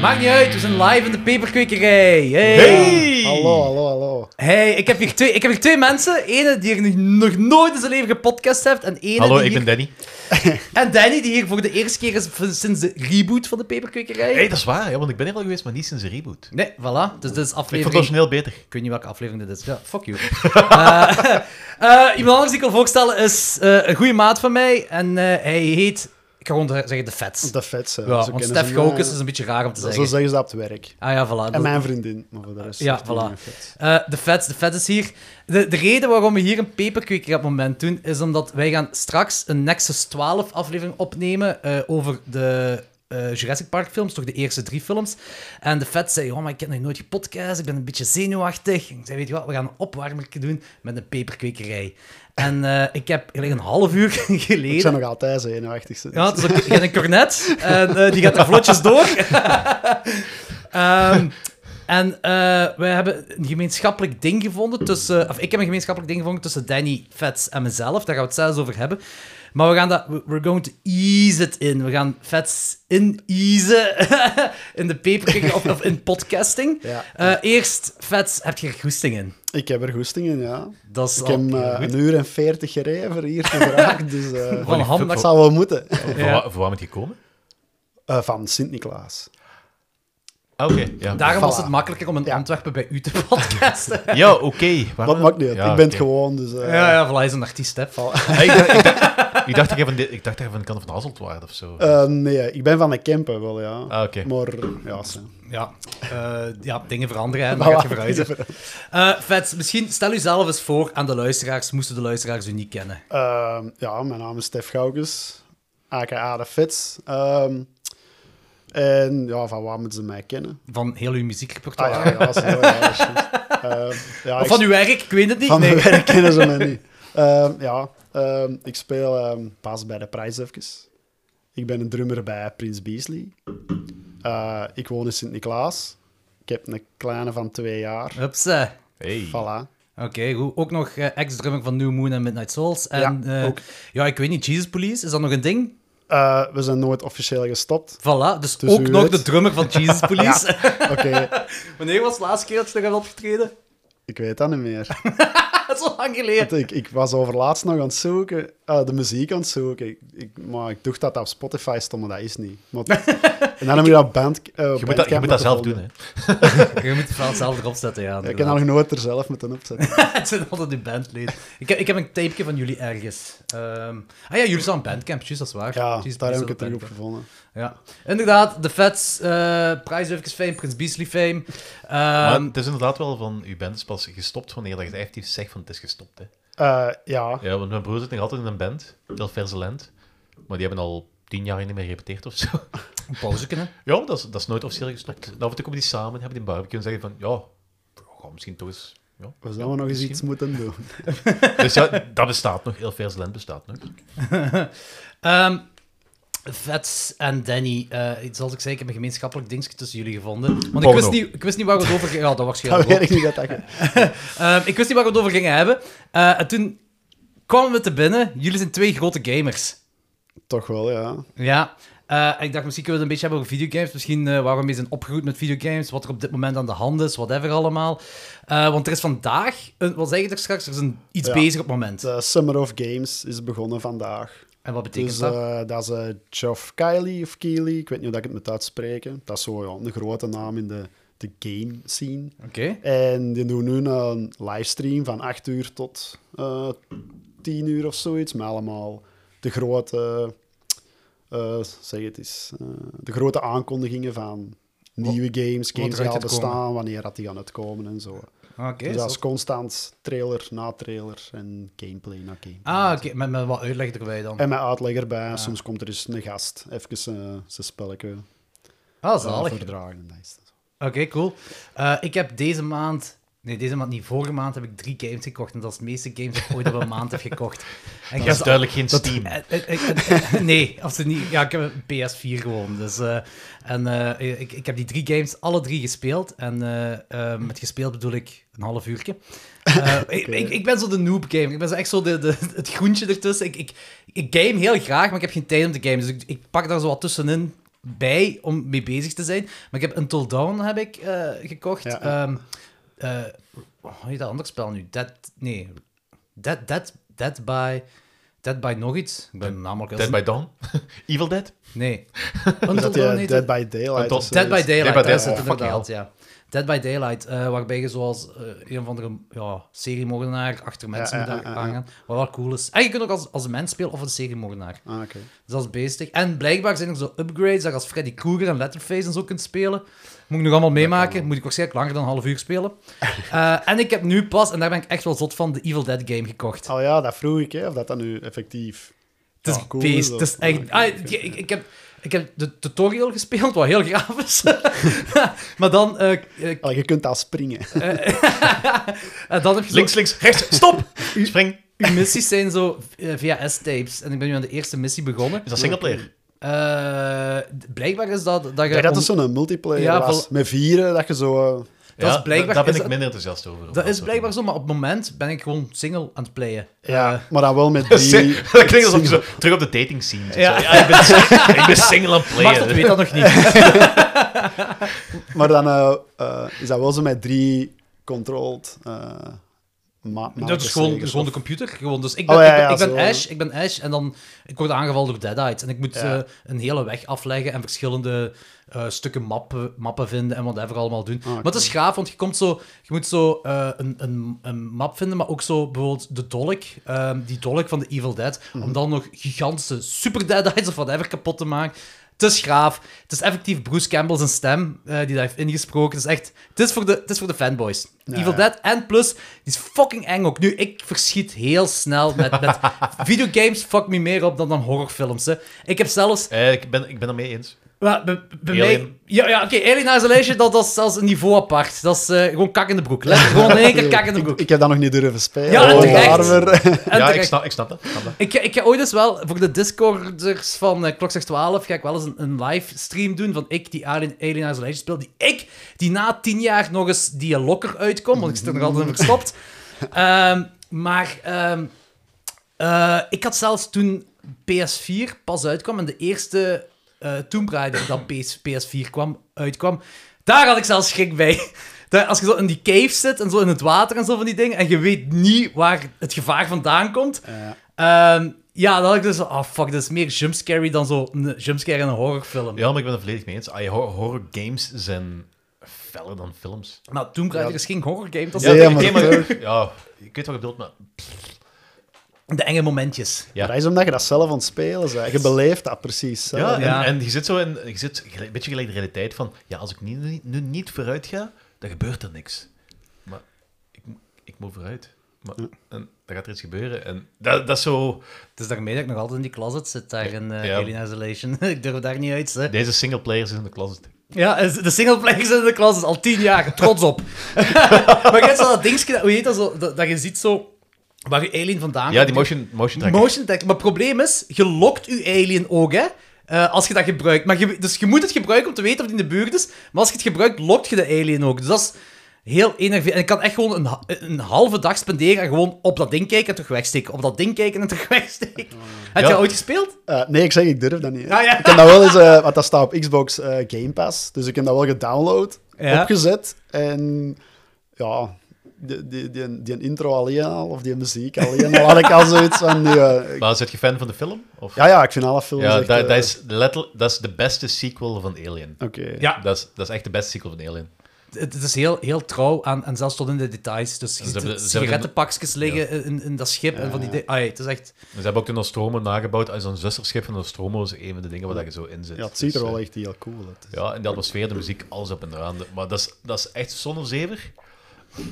Maakt niet uit, we zijn live in de peperkwekerij. Hey. Hey! Hallo, hallo, hallo. Hey, ik heb hier twee, ik heb hier twee mensen. Ene die hier nog- nog nooit in zijn leven gepodcast heeft. En ene Hallo, die ik hier- ben Danny. En Danny, die hier voor de eerste keer is v- sinds de reboot van de peperkwekerij. Hey, dat is waar, ja, want ik ben er al geweest, maar niet sinds de reboot. Nee, voilà. Dus dit is Ik vond aflevering... het origineel beter. Ik weet niet welke aflevering dit is. Ja, fuck you. Eh, eh, iemand anders die ik wil voorstellen is eh, een goede maat van mij. En eh, hij heet... Ik ga gewoon de- zeggen de Fets. De vetste. Ja, want Stef Gokes is een beetje raar om te Zo zeggen. zeggen ze dat op het werk. Ah ja, voilà. En mijn vriendin. Maar voor de rest Ja, zegt voilà. iedereen vet. Eh, de vet, de vet is hier. De, de reden waarom we hier een peperkweker op het moment doen, is omdat wij gaan straks een Nexus 12 aflevering opnemen eh, over de eh, Jurassic Park films, toch de eerste drie films. En de vet zei, oh, maar ik heb nog nooit gepodcast, ik ben een beetje zenuwachtig. En ik zei, weet je wat, we gaan een opwarmertje doen met een peperkwekerij. En eh, ik heb gelijk een half uur Ik geleden... ben nog altijd zenuwachtig. Ja, het is ook, je hebt een cornet en eh, die gaat er vlotjes door. Ehm, en eh, wij hebben een gemeenschappelijk ding gevonden tussen... Of ik heb een gemeenschappelijk ding gevonden tussen Danny, Vets en mezelf. Daar gaan we het zelfs over hebben. Maar we gaan dat... we- We're going to ease it in. We gaan Vets in-easen in de paperkikker of, of in podcasting. Ja. Eh, eerst, Vets, heb je er goesting in? Ik heb er goesting in, ja. Dat is Ik al- heb eh, goed. een uur en veertig gereden voor hier te vragen, dus eh, Van Holy ham fuck, naar dat zou wel moeten. Voor, Ja. waar- voor waar moet je komen? Eh, van Sint-Niklaas. Ah, oké. Ja, Daarom was Voilà. het makkelijker om in Ja. Antwerpen bij u te podcasten. ja oké. Waarom- Dat maakt niet uit. Ja, ik ben het oké. gewoon, dus... eh, Ah. ja, ja, voilà, hij is een artiest, hè. Ah, ik, dacht, ik, dacht, ik dacht dat jij van de- ik dacht dat jij van de kant van Hasselt waard of zo. eh, nee, ik ben van de Kempen wel, ja. Ah, oké. Maar, ja, zo. Ja, eh, ja dingen veranderen en dan gaat je Voilà. verhuizen. Eh, Vets, misschien stel jezelf eens voor aan de luisteraars, moesten de luisteraars u niet kennen. Ehm, ja, mijn naam is Stef Gaukes, aka de Fits. Ehm, en ja, van waar moeten ze mij kennen? Van heel uw Ah muziekrepertoire. ja, ja, zo, ja, shit. Ehm, ja, Of ik- van uw werk, ik weet het niet. van nee. mijn werk kennen ze mij niet. Ehm, ja, ehm, ik speel ehm, pas bij de prijs even. Ik ben een drummer bij Prins Beasley. Eh, ik woon in Sint-Niklaas. Ik heb een kleine van twee jaar. Hupsa. hey. Voilà. Oké, goed. ook nog eh, ex-drummer van New Moon en Midnight Souls. En, Ja, eh, ook. ja, ik weet niet, Jesus Police, is dat nog een ding? Eh, we zijn nooit officieel gestopt. Voilà, dus Dus ook u nog weet. de drummer van Jesus Police. Oké, Wanneer was de laatste keer dat je daar hebt opgetreden? ik weet dat niet meer. Dat is al lang geleden. Want Ik, ik was overlaatst nog aan het zoeken, eh, de muziek aan het zoeken. Ik, ik- maar ik dacht dat dat op Spotify stond, maar dat is niet. Maar, en dan heb je dat band. eh, Je moet dat, je Bandcamp moet dat zelf doen, gevonden. hè. Je moet het wel zelf erop zetten, ja. Ik heb dat nog nooit er zelf moeten opzetten. Het zijn altijd die bandleden. Ik heb, ik heb een tapeje van jullie ergens. Ehm, ah ja, jullie staan op Bandcamp, juist, dat is waar. Ja, Juist, daar heb jullie ik staan het terug op op gevonden. Bandcamp. Ja. Inderdaad, de Fats, eh Prize Eventjes fame, Prins Beasley fame. Maar Ehm het is inderdaad wel van, u bent pas gestopt wanneer dat je effectief zegt van het is gestopt, hè. Eh, ja, Ja, want mijn broer zit nog altijd in een band, heel verse land. Maar die hebben al tien jaar niet meer gerepeteerd of zo. een pauze kunnen. Ja, dat is, dat is nooit officieel gestopt. Nou, of komen die samen, hebben die een barbecue en zeggen van, ja, we gaan misschien toch eens... Ja. we zouden nog eens iets moeten doen. Dus ja, dat bestaat nog, heel verse land bestaat nog. Ehm Vets en Danny, eh, zoals ik zei, ik heb een gemeenschappelijk dingetje tussen jullie gevonden. Want ik Porno. wist, niet, ik wist niet waar we het over gingen. Ja, dat waarschijnlijk Dat wel. weet ik niet dat dat... Ehm, ik wist niet waar we het over gingen hebben. Eh, en toen kwamen we te binnen. Jullie zijn twee grote gamers. Toch wel, ja. Ja, eh, ik dacht misschien kunnen we het een beetje hebben over videogames. Misschien eh waarom we zijn opgegroeid met videogames, wat er op dit moment aan de hand is, whatever allemaal. Eh, want er is vandaag, een, wat zeg ik er straks, er is een, iets Ja. bezig op het moment. De eh, Summer of Games is begonnen vandaag. En wat betekent Dus dat? eh, dat is eh, Geoff Kiley of Keely, ik weet niet hoe dat ik het moet uitspreken. Dat is zo ja, een grote naam in de, de game scene. Oké. En die doen nu een livestream van 8 uur tot eh 10 uur of zoiets. Met allemaal de grote, eh, zeg het eens, eh, de grote aankondigingen van nieuwe games, games die eruit al gaat komen. bestaan, wanneer dat die gaan uitkomen en zo. Oké. dus zo. dat is constant trailer na trailer en gameplay na gameplay. Ah, oké. Ah. Met, met wat uitleg erbij dan. En met uitleg erbij, soms komt er eens een gast even eh, zijn spelletje eh, Ah, zalig. Oké, voordragen. en dat is het. cool. Eh, ik heb deze maand... Nee, deze maand niet. Vorige maand heb ik drie games gekocht. En dat is de meeste games die ik ooit op een maand heb gekocht. En ik Dat is heb ze duidelijk geen Steam. Eh, eh, eh, eh, nee, als het niet. Ja, ik heb een PS4 gewoon. Dus, eh, en eh, ik, ik heb die drie games alle drie gespeeld. En eh, eh, met gespeeld bedoel ik een half uurtje. Eh, ik, ik, ik ben zo de noob game. Ik ben zo echt zo de, de, het groentje ertussen. Ik, ik, ik game heel graag, maar ik heb geen tijd om te gamen. Dus ik, ik pak daar zo wat tussenin. bij om mee bezig te zijn. Maar ik heb Until Dawn heb ik, eh, gekocht. Ja, ja. Ehm, eh, hoe heet dat andere spel nu? Dead... Nee. Dead, dead, dead by... Dead by nog iets. Ik ben de naam ook heel Dead by Dawn. Evil Dead. Nee. Until Dat Dawn je heet Dead het? by Daylight. Tot- of Ah, Dead by zoiets. Daylight, Dead by dat is Daylight, het oh, fuck inderdaad, ja. Dead by Daylight, eh, waarbij je zoals eh, een of andere ja, seriemoordenaar achter mensen ja, moet ja, ja, aangaan. Wat wel cool is. En je kunt ook als, als een mens spelen of een seriemoordenaar. Ah, oké. Dus dat is beestig. En blijkbaar zijn er zo upgrades dat je als Freddy Krueger en Letterface en zo kunt spelen. Moet ik nog allemaal meemaken. Moet ik waarschijnlijk langer dan een half uur spelen. Eh, en ik heb nu pas, en daar ben ik echt wel zot van, de Evil Dead game gekocht. Oh ja, dat vroeg ik, hè, of dat dan nu effectief... Het is ja, cool beest. is Het dat. is echt... Ah, Ah, oké, ik, ik, ik heb, ik heb de tutorial gespeeld, wat heel graaf is. maar dan... eh, eh, Allee, je kunt al springen. eh, dan heb je zo- Links, links, rechts, stop! Spring. Uw missies zijn zo eh, via S-tapes. En ik ben nu aan de eerste missie begonnen. Is dat singleplayer? Eh, d- blijkbaar is dat... Dat, je Ik dacht dat om- het zo'n multiplayer Ja, was. Met vieren, dat je zo... eh, Dat is Ja, blijkbaar- Daar ben is ik dat- minder enthousiast over. dat is blijkbaar zo, maar op het moment ben ik gewoon single aan het playen. ja, Eh, maar dan wel met Dat is- die... dat klinkt alsof je zo terug op de dating scene zit. Ja. Zo, Ja, ik, ben, ik ben single aan het Bart, dat weet playen. dat nog niet. Maar dan eh, eh, is dat wel zo met drie controlled... eh ma- dat is gewoon, markers, gewoon de of- computer. Gewoon. Dus ik ben, Oh, ja, ja, ik ben, ik ben zo. Ash, ik ben Ash en dan ik word aangevallen door Deadites. En ik moet Ja. eh, een hele weg afleggen en verschillende eh, stukken mappen, mappen vinden en whatever allemaal doen. Ah, maar het is cool. gaaf, want je, komt zo, je moet zo eh, een, een, een map vinden, maar ook zo bijvoorbeeld de dolk, ehm, die dolk van de Evil Dead, Mhm. om dan nog gigantische super Deadites of whatever kapot te maken. Het is graaf. Het is effectief Bruce Campbell zijn stem eh, die dat heeft ingesproken. Het is echt... Het is voor de, het is voor de fanboys. Ja, Evil ja. Dead en plus, die is fucking eng ook. Nu, ik verschiet heel snel met... met videogames fuck me meer op dan, dan horrorfilms, hè. Ik heb zelfs... Eh, ik ben, ik ben het mee eens. wel, bij- bij Alien. mij- ja, ja oké, Alien Isolation, dat, dat is zelfs een niveau apart. Dat is eh, gewoon kak in de broek. Let, gewoon in één keer kak in de broek. Ik heb dat nog niet durven spelen. Ja, Oh, terecht. armer. En ja, ik terecht. snap, ik snap dat. Ik snap dat. Ik, ga- ik ga ooit eens wel, voor de Discorders van eh, Klokslag 12, ga ik wel eens een, een livestream doen van ik die Alien, Alien Isolation speel, die ik, die na tien jaar nog eens die lokker uitkom, want ik zit er nog altijd in verstopt. Ehm, maar ehm, eh, ik had zelfs toen PS4 pas uitkwam en de eerste eh Tomb Raider dat PS, PS4 kwam, uitkwam, daar had ik zelfs schrik bij. Daar- als je zo in die cave zit en zo in het water en zo van die dingen en je weet niet waar het gevaar vandaan komt, Ja. Ehm, ja, dan had ik dus... Ah, fuck, dat is meer jumpscary dan zo'n jumpscare in een horrorfilm. Ja, maar ik ben het volledig mee eens. Ah, hor- horror games zijn feller dan films. Maar Tomb Raider Ja. is geen horrorgame, dat Ja, zijn ja, maar- ja, ik weet wat je bedoelt, maar... de enge momentjes. Ja. Dat is omdat je dat zelf aan het spelen bent. Je beleeft dat precies zelf. Ja, Ja. En, en je zit zo in, je zit gelijk- een beetje gelijk de realiteit van, ja, als ik nu, nu, nu niet vooruit ga, dan gebeurt er niks. Maar ik, mo- ik moet vooruit. Maar, en dan gaat er iets gebeuren. En dat, dat is zo... Het is daarmee dat ik nog altijd in die closet zit, daar in eh, Ja. Alien Isolation. ik durf daar niet uit, hè. Deze singleplayers is in de closet. Ja, en de singleplayers in de closet, al tien jaar, trots op. maar je hebt zo dat dingetje, dat- hoe heet dat zo, dat, dat je ziet zo... Waar je alien vandaan Ja, komt. die motion, motion tracker. Motion detect. Maar het probleem is, je lokt je alien ook, hè. eh, als je dat gebruikt. Maar je, dus je moet het gebruiken om te weten of die in de buurt is. Maar als je het gebruikt, lokt je de alien ook. Dus dat is heel enerverend. En ik kan echt gewoon een, ha- een halve dag spenderen en gewoon op dat ding kijken en terug wegsteken. Op dat ding kijken en terug wegsteken. Heb je Ja. dat ooit gespeeld? Eh, nee, ik zeg, ik durf dat niet. Ah, ja. Ik heb dat wel eens, eh want dat staat op Xbox eh, Game Pass, dus ik heb dat wel gedownload, Ja. opgezet en ja, die, die, die, die intro alleen al, of die muziek alleen al, had ik al zoiets van, die, eh, Maar zit je fan van de film? Of? ja, ja, ik vind alle films Ja, echt, dat, eh, dat, is letterlijk, dat is de beste sequel van Alien. Oké. Ja. Dat, is, dat is echt de beste sequel van Alien. Het, het is heel, heel trouw aan, en zelfs tot in de details. Dus je Ze ziet de hebben- ze hebben- sigarettenpakjes liggen in, in dat schip. En van die dingen. Ai, het is echt... Ze hebben ook de Nostromo nagebouwd. Als een zusterschip van de Nostromo is een van de dingen waar dat je zo in zit. ja, het ziet er Dus, wel eh, echt heel cool uit. Ja, en de atmosfeer, de muziek, alles op en eraan. Maar dat is, dat is echt zonder zever.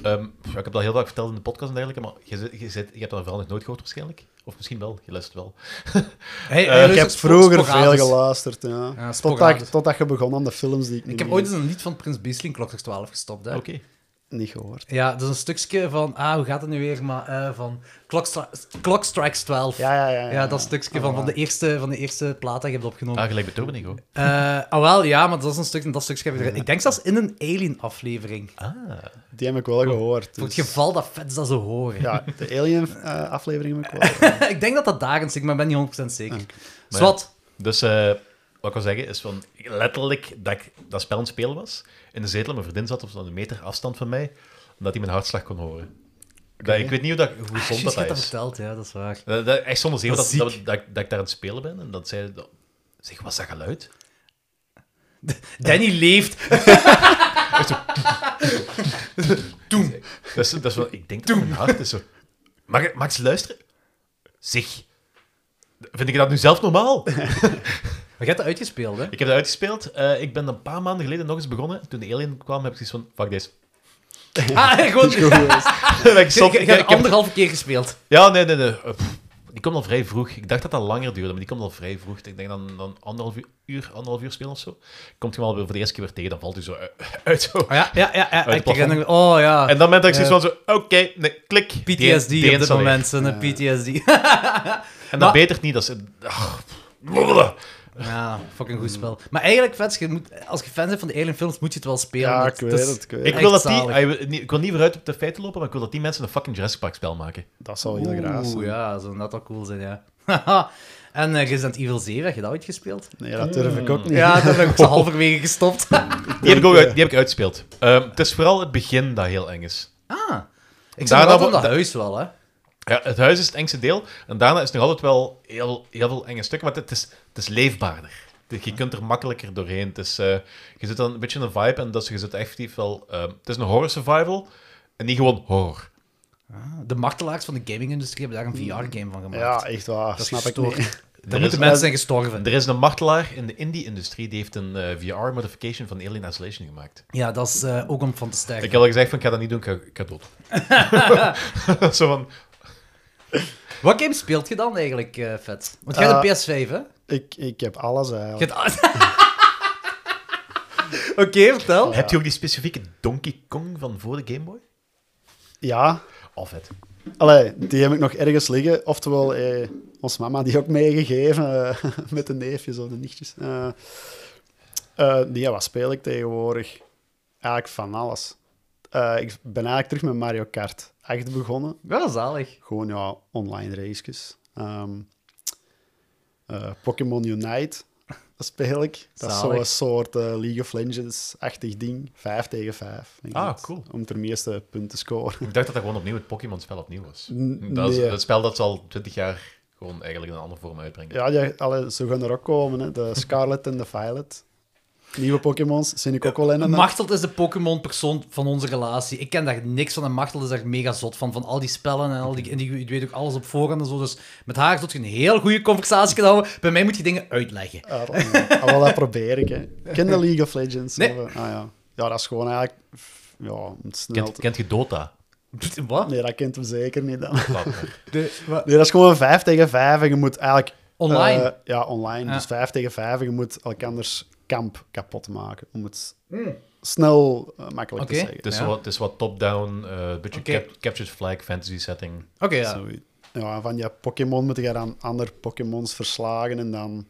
Ehm, ja, ik heb dat heel vaak verteld in de podcast en dergelijke, maar je, zit- je, zit- je hebt dat vooral nog nooit gehoord waarschijnlijk. Of misschien wel, je luistert wel. Hey, Eh, hey, Ik luister, heb spo- vroeger veel sporadisch. geluisterd, ja. Ja, totdat, sporadisch. ik- totdat je begon aan de films die ik, Ik niet heb meer- ooit eens een lied van Prins Beesling, klokslag 12, gestopt. Hè. Oké. niet gehoord. Ja, dat is een stukje van, ah, hoe gaat het nu weer? Maar eh, van Clock, Stri- Clock Strikes 12. Ja, ja, ja. Ah, Ja, dat stukje van, van, de eerste, van de eerste plaat dat je hebt opgenomen. Ah, gelijk bij Tovening ook. Eh, ah, wel, ja, maar dat is een stuk en dat stukje heb ik erin. Ik denk zelfs in een Alien-aflevering. Ah. Die heb ik wel gehoord. Oh, Voor het dus- geval dat fans dat ze horen. Ja, de Alien-aflevering heb ik wel gehoord. Ah, ik denk dat dat daar een stuk, maar ik ben niet 100% zeker. Zwat. Dus eh, wat ik wil zeggen is van letterlijk dat ik dat spel aan het spelen was. In de zetel, en mijn vriendin zat op zo'n meter afstand van mij, omdat hij mijn hartslag kon horen. Dat, ik weet niet hoe, dat, hoe Ah, gezond juist, je dat, hebt dat is. verteld, ja, dat is waar. Dat, dat- echt zonder zeven Dat dat, is dat, ziek. dat, dat ik daar aan het spelen ben. En dat zei... dat- Zeg, wat is dat geluid? Danny leeft. Toen. Dat is, dat is wel, ik denk dat mijn hart is zo... Mag, ik- mag ik eens luisteren? Zeg. Vind ik dat nu zelf normaal? Maar je hebt dat uitgespeeld, hè? Ik heb dat uitgespeeld. Eh, ik ben een paar maanden geleden nog eens begonnen. Toen de alien kwam, heb ik zoiets van... Fuck deze. Ah, gewoon... Goed geweest. Ben ik Je, je, zot. je Ik- hebt ik heb- anderhalve keer gespeeld. Ja, nee, nee, nee. Eh, pff, Die komt al vrij vroeg. Ik dacht dat dat langer duurde, maar die komt al vrij vroeg. Ik denk dan, dan anderhalf uur- uur, anderhalf uur spelen of zo. Komt je hem al weer voor de eerste keer weer tegen, dan valt u zo u- uit. Zo. Ah, ja, ja, ja. Uit het ik plafond. herinner me- Oh ja. En dan ben ik zoiets Ja. van zo, oké, nee, klik. PTSD Die- die op dit installeer. moment. Zo'n Ja. PTSD. En Maar- dat betert niet. Dat is, ah, blablabla. ja, fucking goed spel. Maar eigenlijk, vets, je moet, als je fan bent van de Alien films, moet je het wel spelen. Ja, Dat- ik weet dat is- het, ik weet ik, Echt wil dat die, zalig. ah, ik wil niet- ik wil niet vooruit op de feiten lopen, maar ik wil dat die mensen een fucking Jurassic Park spel maken. Dat zou heel graag zijn. Oeh, ja, zou dat wel cool zijn, ja. Haha. en eh, Resident Evil 7, heb je dat ooit gespeeld? Nee, dat durf ik ook niet. Ja, dat heb ik zo halverwege gestopt. Die heb ik, ook eh, uit, die heb ik uitgespeeld. Ehm, het is vooral het begin dat heel eng is. ah, ik zag Daarna dat wo- op dat da- huis wel, hè. Ja, het huis is het engste deel. En daarna is het nog altijd wel heel, heel veel enge stukken, maar het is, het is leefbaarder. Je kunt er makkelijker doorheen. Het is, eh, je zit dan een beetje in een vibe en dat is, je zit effectief wel... ehm, het is een horror survival en niet gewoon horror. De martelaars van de gaming-industrie hebben daar een VR-game van gemaakt. Hmm. Ja, echt waar. Dat snap ik gestoord. niet. Daar Er is, moeten mensen zijn gestorven. er is een martelaar in de indie-industrie die heeft een eh, VR-modification van Alien Isolation gemaakt. Ja, dat is eh, ook om van te sterven. Ik heb al gezegd van, ik ga dat niet doen, ik ga, ik ga dood. Zo van... Wat game speelt je dan eigenlijk, eh, Vet? Want jij hebt Eh, een PS5, hè? Ik, ik heb alles eigenlijk. Je hebt- Oké, vertel. Heb je ook die specifieke Donkey Kong van voor de Game Boy? Ja, Al vet. Allee, die heb ik nog ergens liggen. Oftewel, eh, ons mama die ook meegegeven eh, met de neefjes of de nichtjes. Eh eh, nee, ja, wat speel ik tegenwoordig? Eigenlijk van alles. Eh, ik ben eigenlijk terug met Mario Kart 8 begonnen. Wel zalig. Gewoon ja, online races. Ehm, eh, Pokémon Unite dat speel ik. Dat is Zalig. zo'n soort eh, League of Legends-achtig ding. 5 tegen 5. Ah, cool. Om ter meeste punten te scoren. Ik dacht dat dat gewoon opnieuw het Pokémon-spel opnieuw was. N- Dat is nee. het spel dat ze al twintig jaar gewoon eigenlijk in een andere vorm uitbrengen. Ja, die, alle, ze gaan er ook komen, hè. de Scarlet en de Violet. Nieuwe Pokémons, zijn ik ook wel in. aan het- Machteld is de Pokémon-persoon van onze relatie. Ik ken daar niks van en Machteld is daar mega zot van. Van al die spellen en al die... En die, die weet ook alles op voorhand en zo. Dus met haar zult je een heel goede conversatie kunnen houden. Bij mij moet je dingen uitleggen. Ah, ja. Ah, wel, dat probeer ik. Hè. Ken de League of Legends? Nee. Of, eh, ah, ja. ja, dat is gewoon eigenlijk... Ja, om het snel Kent, te... kent je Dota? Wat? Nee, dat kent hem zeker niet dan. De- wat? Nee, dat is gewoon 5 tegen 5 en je moet eigenlijk... Online? Ah. eh, ja, online. Ja. Dus 5 tegen 5 en je moet elkanders kamp kapot maken. Om het snel eh, makkelijk Oké. te zeggen. Het is Ja. wat, het is wat top-down, eh, een beetje Oké. cap- captured flag, fantasy setting. Oké, ja. Zoiets. Ja, en van je Pokémon moet je dan andere Pokémons verslagen en dan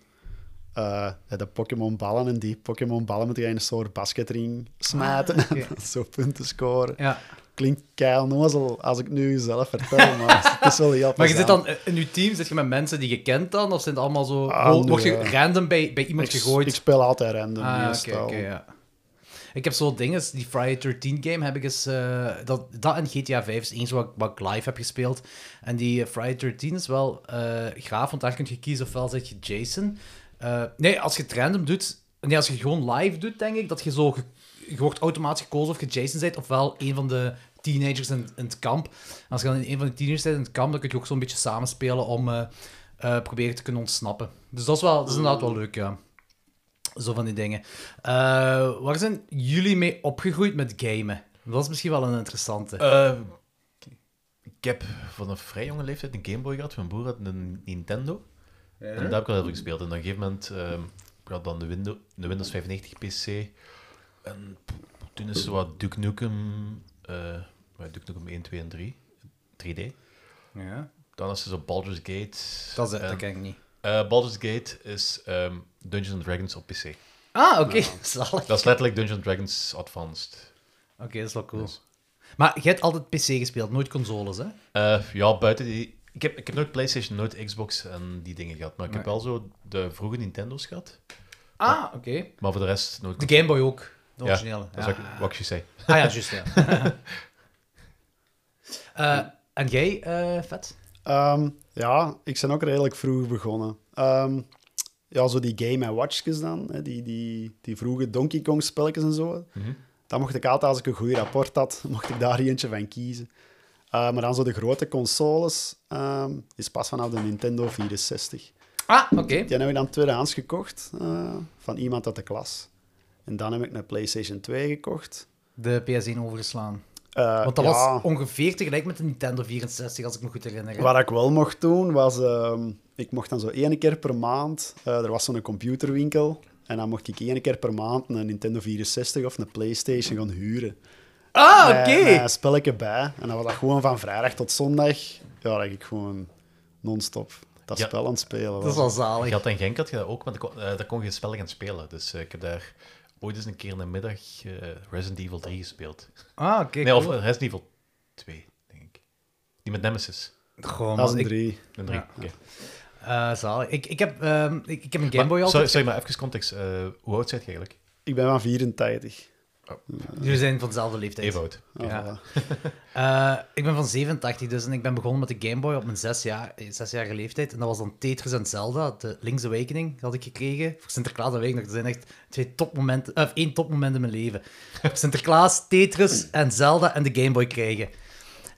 eh, de Pokémon-ballen en die Pokémon-ballen moet je in een soort basketring smijten. Zo punten scoren. Ah, ja. Klinkt keil nozel als ik nu zelf vertel, maar het is wel heel Maar je zit plezant. dan eh, in je team, zit je met mensen die je kent dan? Of zijn het allemaal zo... Ah, Wo- Word je nee. random bij, bij iemand ik, gegooid? ik speel altijd random, Ah, ja, oké, meestal. oké, ja. Ik heb zo'n ding, is die Friday 13 game heb ik eens... eh, dat, dat en GTA 5 is eens wat, wat ik live heb gespeeld. En die eh, Friday 13 is wel eh, gaaf, want daar kun je kiezen ofwel zeg je Jason. Eh, nee, als je het random doet... Nee, als je gewoon live doet, denk ik, dat je zo... ge- je wordt automatisch gekozen of je Jason bent, ofwel een van de teenagers in, in het kamp. En als je dan een van de teenagers bent in het kamp, dan kun je ook zo'n beetje samenspelen om eh, eh, proberen te kunnen ontsnappen. Dus dat is, wel, dat is inderdaad wel leuk, ja. Zo van die dingen. Eh, waar zijn jullie mee opgegroeid met gamen? Dat is misschien wel een interessante. Eh, ik heb van een vrij jonge leeftijd een Game Boy gehad. Mijn broer had een Nintendo. En daar heb ik al heel veel gespeeld. En op een gegeven moment ehm, ik had dan de, Windows, de Windows 95 PC. En toen is er wat Duke Nukem, eh, Duke Nukem 1, 2 en 3, 3D. Eh, ja. Dan is er zo Baldur's Gate. Dat, is, En, dat ken ik niet. eh, Baldur's Gate is ehm, Dungeons and Dragons op PC. Ah, oké. Zalig. Oké, Dat is letterlijk Dungeons and Dragons Advanced. dat is wel cool. Dus- Maar jij hebt altijd PC gespeeld, nooit consoles, hè? Eh, ja, buiten die... Ik heb, ik heb nooit PlayStation, nooit Xbox en die dingen gehad. Maar ik heb Nee. wel zo de vroege Nintendo's gehad. Ah, oké. Maar voor de rest nooit. De Game Boy ook, de Ja, originele. Dat is Ja. wat ik- wat ik je zei. Ah ja, juist, ja. Eh, en jij, eh, Vet? Ehm, ja, ik ben ook redelijk vroeg begonnen. Ehm, ja, zo die Game Watchjes dan, hè, die, die, die vroege Donkey Kong spelletjes en zo. Mhm. Dan mocht ik altijd, als ik een goed rapport had, mocht ik daar eentje van kiezen. Eh, maar dan zo de grote consoles, ehm, is pas vanaf de Nintendo 64. Ah, oké. Die heb ik dan tweedehands gekocht eh, van iemand uit de klas. En dan heb ik een PlayStation 2 gekocht. De PS1 overgeslaan. Eh, Want dat ja. was ongeveer tegelijk met de Nintendo 64, als ik me goed herinner. Wat ik wel mocht doen, was... ehm, ik mocht dan zo één keer per maand... eh, er was zo'n computerwinkel. En dan mocht ik één keer per maand een Nintendo 64 of een Playstation gaan huren. Ah, oké. Met- met een spelletje bij. En dan was dat gewoon van vrijdag tot zondag. Ja, dat ik gewoon non-stop dat Ja. spel aan het spelen Dat is was. wel Je zalig. had in Genk had je dat ook, maar daar kon, eh, daar kon je spellen gaan spelen. Dus eh, ik heb daar ooit eens een keer in de middag eh, Resident Evil 3 gespeeld. Ah, oké. nee, of cool. eh, Resident Evil 2, denk ik. Die met Nemesis. Gewoon, Dat is man, ik, een drie. Een drie. Ja. oké. eh, zalig. Ik, ik, heb, ehm, ik, ik heb een Game Boy Maar- altijd. sorry, sorry, maar even context. Eh, hoe oud zijn je eigenlijk? Ik ben van 84. Jullie zijn van dezelfde leeftijd. Even oud. Ah, Ja. voilà. Eh, ik ben van 87 dus en ik ben begonnen met de Game Boy op mijn zes jaar, eh, zesjarige leeftijd. En dat was dan Tetris en Zelda, de Link's Awakening, had ik gekregen. Voor Sinterklaas en Week nog. Dat zijn echt twee topmomenten, of één topmoment in mijn leven. Sinterklaas, Tetris en Zelda en de Game Boy krijgen.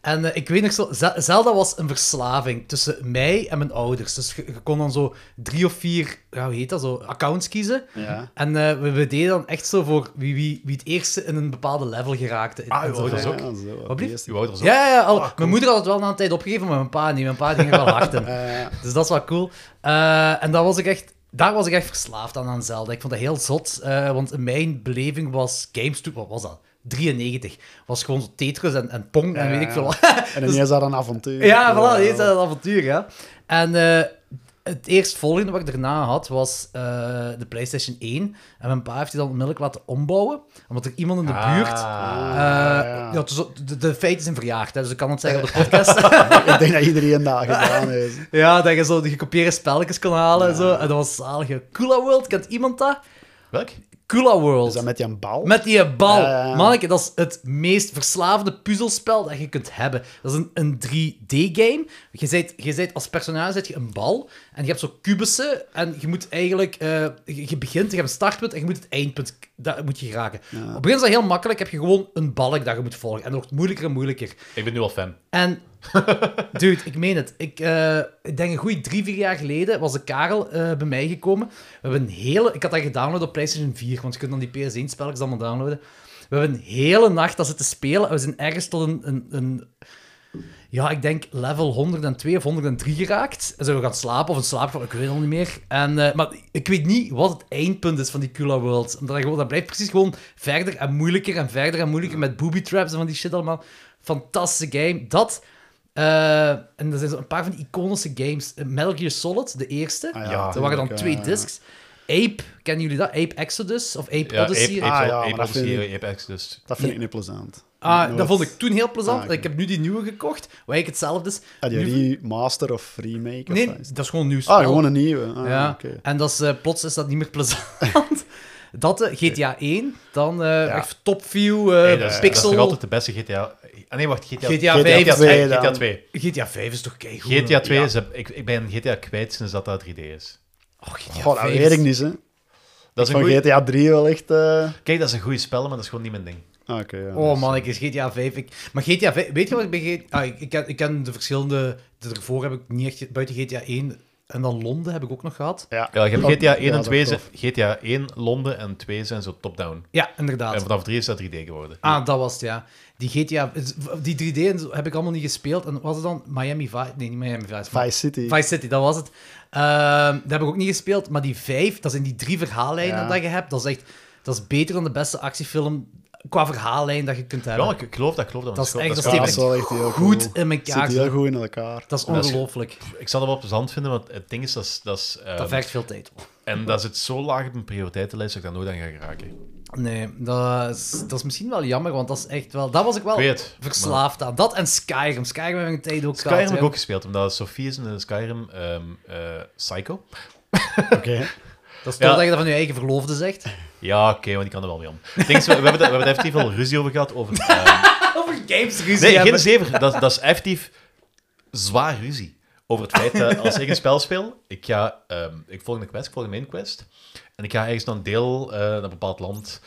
En eh, ik weet nog zo, Ze- Zelda was een verslaving tussen mij en mijn ouders. Dus je, je kon dan zo drie of vier, ja, hoe heet dat zo, accounts kiezen. Ja. En eh, we, we deden dan echt zo voor wie, wie, wie het eerste in een bepaalde level geraakte. Ah, uw Enzovoort. ouders ook? Ja, zo, Ah, Wat blieft? beest. Uw ouders ook? Ja, ja, ja, al- mijn moeder had het wel na een tijd opgegeven, maar mijn pa niet. Mijn pa ging er wel hard in. Eh, Dus dat is wel cool. Eh, en dat was ik echt, daar was ik echt verslaafd aan, aan Zelda. Ik vond dat heel zot, eh, want in mijn beleving was games... toen- Wat was dat? 93. Was gewoon zo Tetris en, en Pong en Ja, weet ik ja. veel wat. en ineens had een avontuur. Dus- Ja, voilà, Wow. dit is dat avontuur, ja. En eh, het eerstvolgende wat ik daarna had, was eh, de PlayStation 1. En mijn pa heeft die dan onmiddellijk laten ombouwen, omdat er iemand in de Ah. buurt... eh, ja. ja. dus de, de feit is een verjaagd, hè, dus ik kan het zeggen op de podcast. Ik denk dat iedereen dat gedaan heeft. ja, dat je zo de gekopieerde spelletjes kon halen en zo. En dat was zalig. hè. Kula World, kent iemand dat? Welk? Kula World. Is dat met die een bal? Met die bal. Ja, ja. Manneke, dat is het meest verslavende puzzelspel dat je kunt hebben. Dat is een, een 3D-game. Je zijt, je zijt als personage zijt je een bal. En je hebt zo kubussen. En je moet eigenlijk... eh, je, je begint, je hebt een startpunt en je moet het eindpunt... Dat moet je geraken. Op het begin is dat heel makkelijk. heb je gewoon een balk dat je moet volgen. En dat wordt moeilijker en moeilijker. Ik ben nu al fan. En, dude, ik meen het. Ik, eh, ik denk een goede drie, vier jaar geleden was de Karel eh, bij mij gekomen. We hebben een hele... Ik had dat gedownload op PlayStation 4, want je kunt dan die PS1-spelletjes allemaal downloaden. We hebben een hele nacht dat zitten spelen en we zijn ergens tot een... een, een ja, ik denk level 102 of 103 geraakt. En zijn we gaan slapen of een slaapval, ik weet het al niet meer. En, eh, maar ik weet niet wat het eindpunt is van die Kula World. Omdat dat, gewoon, dat blijft precies gewoon verder en moeilijker en verder en moeilijker met booby traps en van die shit allemaal. Fantastische game. Dat. eh, en er zijn zo een paar van die iconische games. Eh, Metal Gear Solid, de eerste. Ah, Ja, er waren dan tuurlijk, twee eh. discs. Ape, kennen jullie dat? Ape Exodus of Ape Ja, Ape, Odyssey? Ape, Ah, Ape, ja, Ape maar dat Odyssey, vind Ape Exodus. Dat vind ik niet plezant. Ah, Nooit. dat vond ik toen heel plezant. Ah, oké. Ik heb nu die nieuwe gekocht, waar ik hetzelfde is. Ah, die Nu- remaster of remake? Nee, of wat is het? dat is gewoon een nieuw spel. Ah, gewoon een nieuwe. Ah, ja. oké. En dat is, eh, plots is dat niet meer plezant. dat eh, GTA 1, dan eh echt topview, eh, Nee, dat, is, dat is pixel. toch altijd de beste GTA... Ah nee, wacht, GTA... GTA GTA 5 GTA is- 2. dan. GTA 2, GTA 5 is toch keigoed? GTA hè? 2 Ja. is... Ik, ik ben GTA kwijt sinds dat dat 3D is. Oh, GTA Goh, dat 5 weet ik niet, hè. Dat is een Van goeie... GTA 3 wel echt... eh, Kijk, dat is een goede spel, maar dat is gewoon niet mijn ding. ah, oké, ja. Oh man, ik is GTA 5. Ik... Maar GTA 5, weet je wat ik bij GTA... Ah, ik, ik, ken, ik ken de verschillende... de Ervoor heb ik niet echt... ge- Buiten GTA 1 en dan Londen heb ik ook nog gehad. Oh, Ja. Ja, je hebt GTA 1 en dat 2... is Zijn, tof. GTA 1, Londen en 2 zijn zo top-down. Ja, En inderdaad. vanaf 3 is dat 3D geworden. Ah, dat was het, ja. Die GTA... Die 3D en zo heb ik allemaal niet gespeeld. En was het dan Miami Vice? Nee, niet Miami Vice. maar- Vice City. Vice City, dat was het. Ehm, dat heb ik ook niet gespeeld, maar die vijf, dat zijn die drie verhaallijnen Ja. dat je hebt. Dat is echt dat is beter dan de beste actiefilm qua verhaallijn dat je kunt hebben. Ja, ik, ik geloof dat, ik geloof dat. Dat is want echt- ik- dat Ja, steekt dat is wel echt heel goed cool. in elkaar. Zit heel goed in elkaar. Dat is dat is- ongelooflijk. Ik zal dat wel plezant vinden, want het ding is, dat is... Dat is eh, Dat vergt veel tijd. op. en dat zit zo laag op mijn prioriteitenlijst dat ik daar nooit aan ga geraken. Nee, dat is, dat is misschien wel jammer, want dat is echt wel... Daar was ik wel Ik weet, maar- Oh, verslaafd aan. Dat en Skyrim. Skyrim heb ik een tijd ook gehad, Skyrim heb hè. ik ook gespeeld, omdat Sophie is in de Skyrim ehm, eh, Psycho. Oké. Dat is toch Ja. dat je dat van je eigen verloofde zegt. Ja, oké, want die kan er wel mee om. Het ding is, we, we hebben, daar- we hebben daar effectief al ruzie over gehad. Over, eh, Over games ruzie nee, geen hebben. zever. Dat, dat is effectief zwaar ruzie. Over het feit dat als ik een spel speel, ik, ga, ehm, ik volg een quest, ik volg een main quest. En ik ga ergens naar een deel, eh, naar een bepaald land.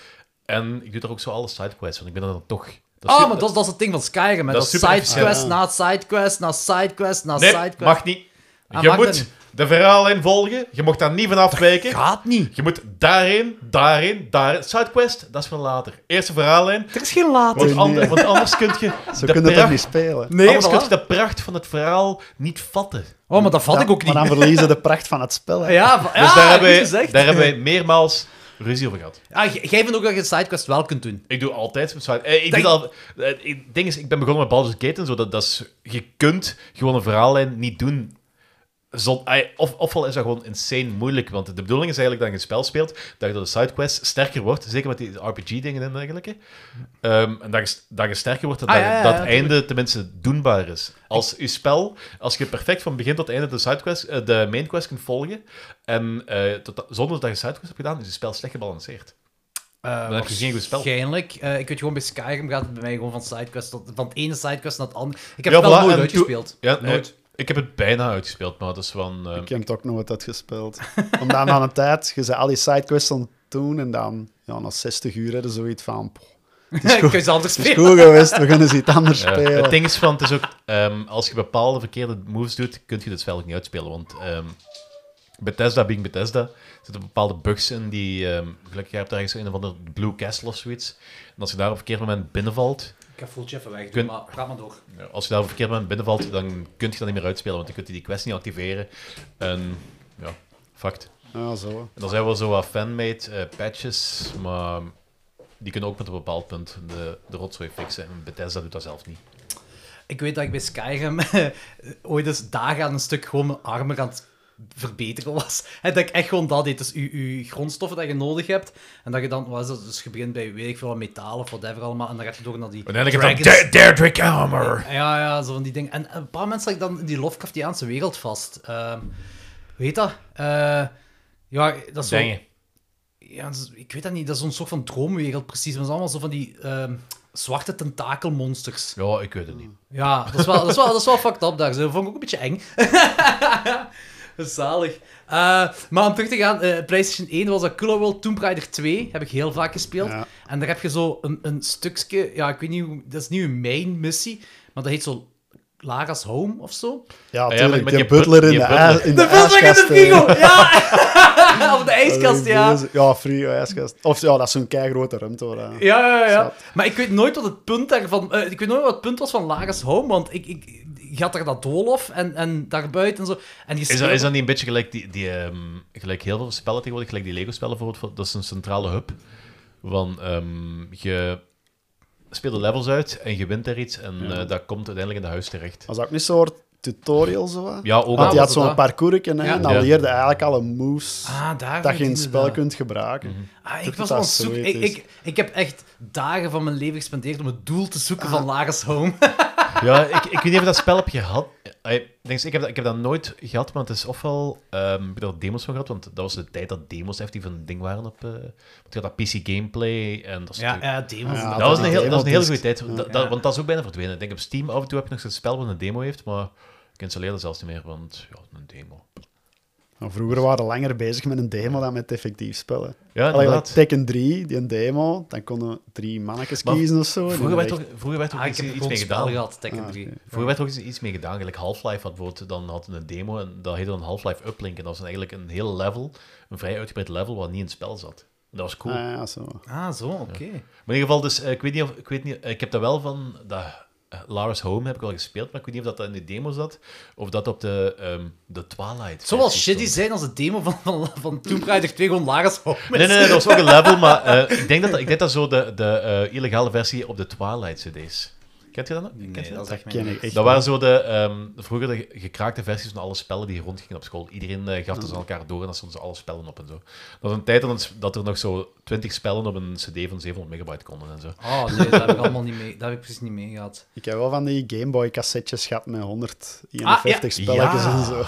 En ik doe daar ook zo alle sidequests, want ik ben er dan toch... Dat is Ah, super- maar dat is, dat is het ding van Skyrim. Hè. Dat Dat is is super sidequest efficiënt. na sidequest na sidequest na Nee, sidequest. mag niet. Ah, je mag moet dat niet. de verhaallijn volgen. Je mag daar niet van afwijken. Gaat niet. Je moet daarin, daarin, daarin... Sidequest, dat is van later. Eerste verhaallijn. Er is geen later. Want, Oh, Nee. ander- want anders kun je... Ze de kunnen pracht- toch niet spelen? Nee, anders voilà. kun je de pracht van het verhaal niet vatten. Oh, maar dat vat Ja, ik ook niet. Maar dan verliezen de pracht van het spel. hè. Ja, va- ja, dus daar hebben, goed wij, gezegd. daar hebben wij meermaals ruzie over gehad. Ah, g- jij vindt ook dat je sidequest wel kunt doen. Ik doe altijd... met side- eh, ik Denk- doe het al, eh, ik- het ding is, ik ben begonnen met Baldur's Gate en zo. Dat, dat is, je kunt gewoon een verhaallijn niet doen. Zon, eh, of, ofwel is dat gewoon insane moeilijk. Want de bedoeling is eigenlijk dat je een spel speelt, dat je door de sidequest sterker wordt. Zeker met die RPG-dingen en dergelijke. Ehm, en dat je, dat je sterker wordt, dat, Ah, ja, ja, ja, dat tuurlijk. einde tenminste doenbaar is. Als je spel, als je perfect van begin tot einde de, sidequest, eh, de mainquest kunt volgen, en eh, tot, zonder dat je sidequest hebt gedaan, is je spel slecht gebalanceerd. Eh, heb je geen goed spel. Waarschijnlijk. Eh, ik weet gewoon, bij Skyrim gaat het bij mij gewoon van, sidequest tot, van het ene sidequest naar het andere. Ik heb Ja, het wel voilà, nooit en uitgespeeld. Ja, eh, nooit. ik heb het bijna uitgespeeld, maar dat is van... eh, Ik heb het ook nooit uitgespeeld. Omdat na een tijd, je zei al die sidequests aan het doen en dan ja, na 60 uur hadden zoiets van... poh, ik kan ze anders Het is spelen. goed geweest, we gaan eens iets anders Ja, spelen. eh, het ding is van, het is ook, ehm, als je bepaalde verkeerde moves doet, kun je het spel ook niet uitspelen. Want ehm, Bethesda, being Bethesda, zitten bepaalde bugs in die... ehm gelukkig, jij hebt ergens een of ander Blue Castle of zoiets. En als je daar op een verkeerd moment binnenvalt, Ik ga fulltje even weg, Kun- maar praat maar door. als je daar op een verkeerd moment binnenvalt, dan kun je dat niet meer uitspelen, want dan kun je die quest niet activeren. En ja, fact. Ja, zo. En dan zijn wel zo wat fanmade eh, patches, maar die kunnen ook met een bepaald punt de, de rotzooi fixen. En Bethesda doet dat zelf niet. Ik weet dat ik bij Skyrim ooit eens dagen aan een stuk gewoon mijn armen aan het verbeteren was. En dat ik echt gewoon dat deed. Dus je, je grondstoffen dat je nodig hebt. En dat je dan, wat is dat? Dus je begint bij, weet ik veel, wat metaal of whatever allemaal. En dan ga je door naar die Uiteindelijk heb je dragons. Ah, dan Da- Daedric Armor. Ja, ja, zo van die dingen. En eh, een paar mensen zat ik dan in die Lovecraftiaanse wereld vast. Ehm hoe heet dat? Eh, ja, dat is zo... Dingen. Ja, dat is- ik weet dat niet. Dat is zo'n soort van droomwereld precies. Maar het is allemaal zo van die ehm, zwarte tentakelmonsters. Ja, ik weet het niet. Ja, dat is wel, dat is wel, dat is wel fucked up daar. Dat vond ik ook een beetje eng. Dat is Zalig. Eh, maar om terug te gaan, eh, PlayStation 1 was dat Cooler World Tomb Raider 2. Heb ik heel vaak gespeeld. Ja. En daar heb je zo een, een stukje... Ja, ik weet niet hoe... Dat is niet een main missie, maar dat heet zo... Lara's Home of zo. Ja, met- tuurlijk. Ah met die, die butler in die de, butler. ijs- in de, De vulling in de ijskast, frigo! eh. Ja! of de ijskast, ja. Ja, frigo, ijskast. Of ja, dat is zo'n keigrote ruimte. hoor, hè. Ja, ja, ja. Zat. Maar ik weet nooit wat het punt daarvan... eh, ik weet nooit wat het punt was van Lara's Home, want ik... ik je had daar dat doolhof en, en daarbuiten en zo. En je Is dat, speelde- is dat niet een beetje gelijk, die, die, ehm, gelijk heel veel spellen tegenwoordig, gelijk die Lego-spellen bijvoorbeeld, dat is een centrale hub. Van, ehm, je speelt de levels uit en je wint daar iets en eh, dat komt uiteindelijk in de huis terecht. Was dat ook niet zo'n soort tutorial? Zo? wat? Ja, ook Want Ah, al. was je had het zo'n dat? parcours en Ja. dan Ja. leerde eigenlijk alle moves Ah, daar dat je in verdiende het spel dat. kunt gebruiken. Mhm. Ah, ik Dat was dat al zoek. Ik, zoiets is. ik, ik heb echt dagen van mijn leven gespendeerd om het doel te zoeken Ah. van Lara's Home. Ja, ik, ik weet niet of ik dat spel heb gehad. Eh, Ik, denk, ik, heb dat, ik heb dat nooit gehad, want het is ofwel... ehm ik heb er demos van gehad, want dat was de tijd dat demos effectief een ding waren op... eh, want je had dat PC-gameplay en dat is ja, ja, Demons. Ja, inderdaad. Dat was een, die heel, dat was een hele demo-disc. goede tijd. Dat- dat- Ja. want dat is ook bijna verdwenen. Ik denk op Steam af en toe heb je nog zo'n spel wat een demo heeft, maar ik installeer dat zelfs niet meer, want ja, een demo. Nou, vroeger waren we langer bezig met een demo dan met effectief spellen. Ja, Alleen inderdaad. like Tekken 3, die een demo, dan konden we drie mannetjes Maar kiezen of zo. en Vroeger dan werd echt- ook, vroeger werd ook Ah, ik iets, heb iets iets mee mee spel gedaan. gehad, Tekken Ah, oké. 3. Vroeger werd ook iets- iets mee gedaan. Gelijk Half-Life had bijvoorbeeld, dan had een demo en dat heette dan Half-Life Uplink. En dat was eigenlijk een heel level, een vrij uitgebreid level, wat niet in het spel zat. Dat was cool. Ah, ja, zo. Ah, zo, oké. Maar in ieder geval, dus, eh, ik weet niet of... Ik, weet niet, eh, ik heb dat wel van... Dat, eh, Lara's Home heb ik wel gespeeld, maar ik weet niet of dat dat in de demo zat, of dat op de, ehm, de Twilight. Zoals versie shitty stond. zijn als de demo van, van, van Tomb Raider 2 gewoon Lara's Home Nee, nee, nee, dat was ook een level, maar eh, ik, denk dat, dat- ik denk dat zo de, de eh, illegale versie op de Twilight CD's. Kent je dat nog? Kent je dat? zegt mij Ken niks. ik echt. Dat waren zo de ehm, vroeger de ge- gekraakte versies van alle spellen die rondgingen op school. Iedereen eh, gaf Hmm. dus aan elkaar door en dan stonden ze alle spellen op en zo. Dat was een tijd dat, het- dat er nog zo 20 spellen op een CD van 700 megabyte konden en zo. Oh nee, dat heb ik allemaal niet mee. Dat heb ik precies niet mee gehad. Ik heb wel van die Game Boy cassettes gehad met 151 Ah, ja. spelletjes Ja. en zo.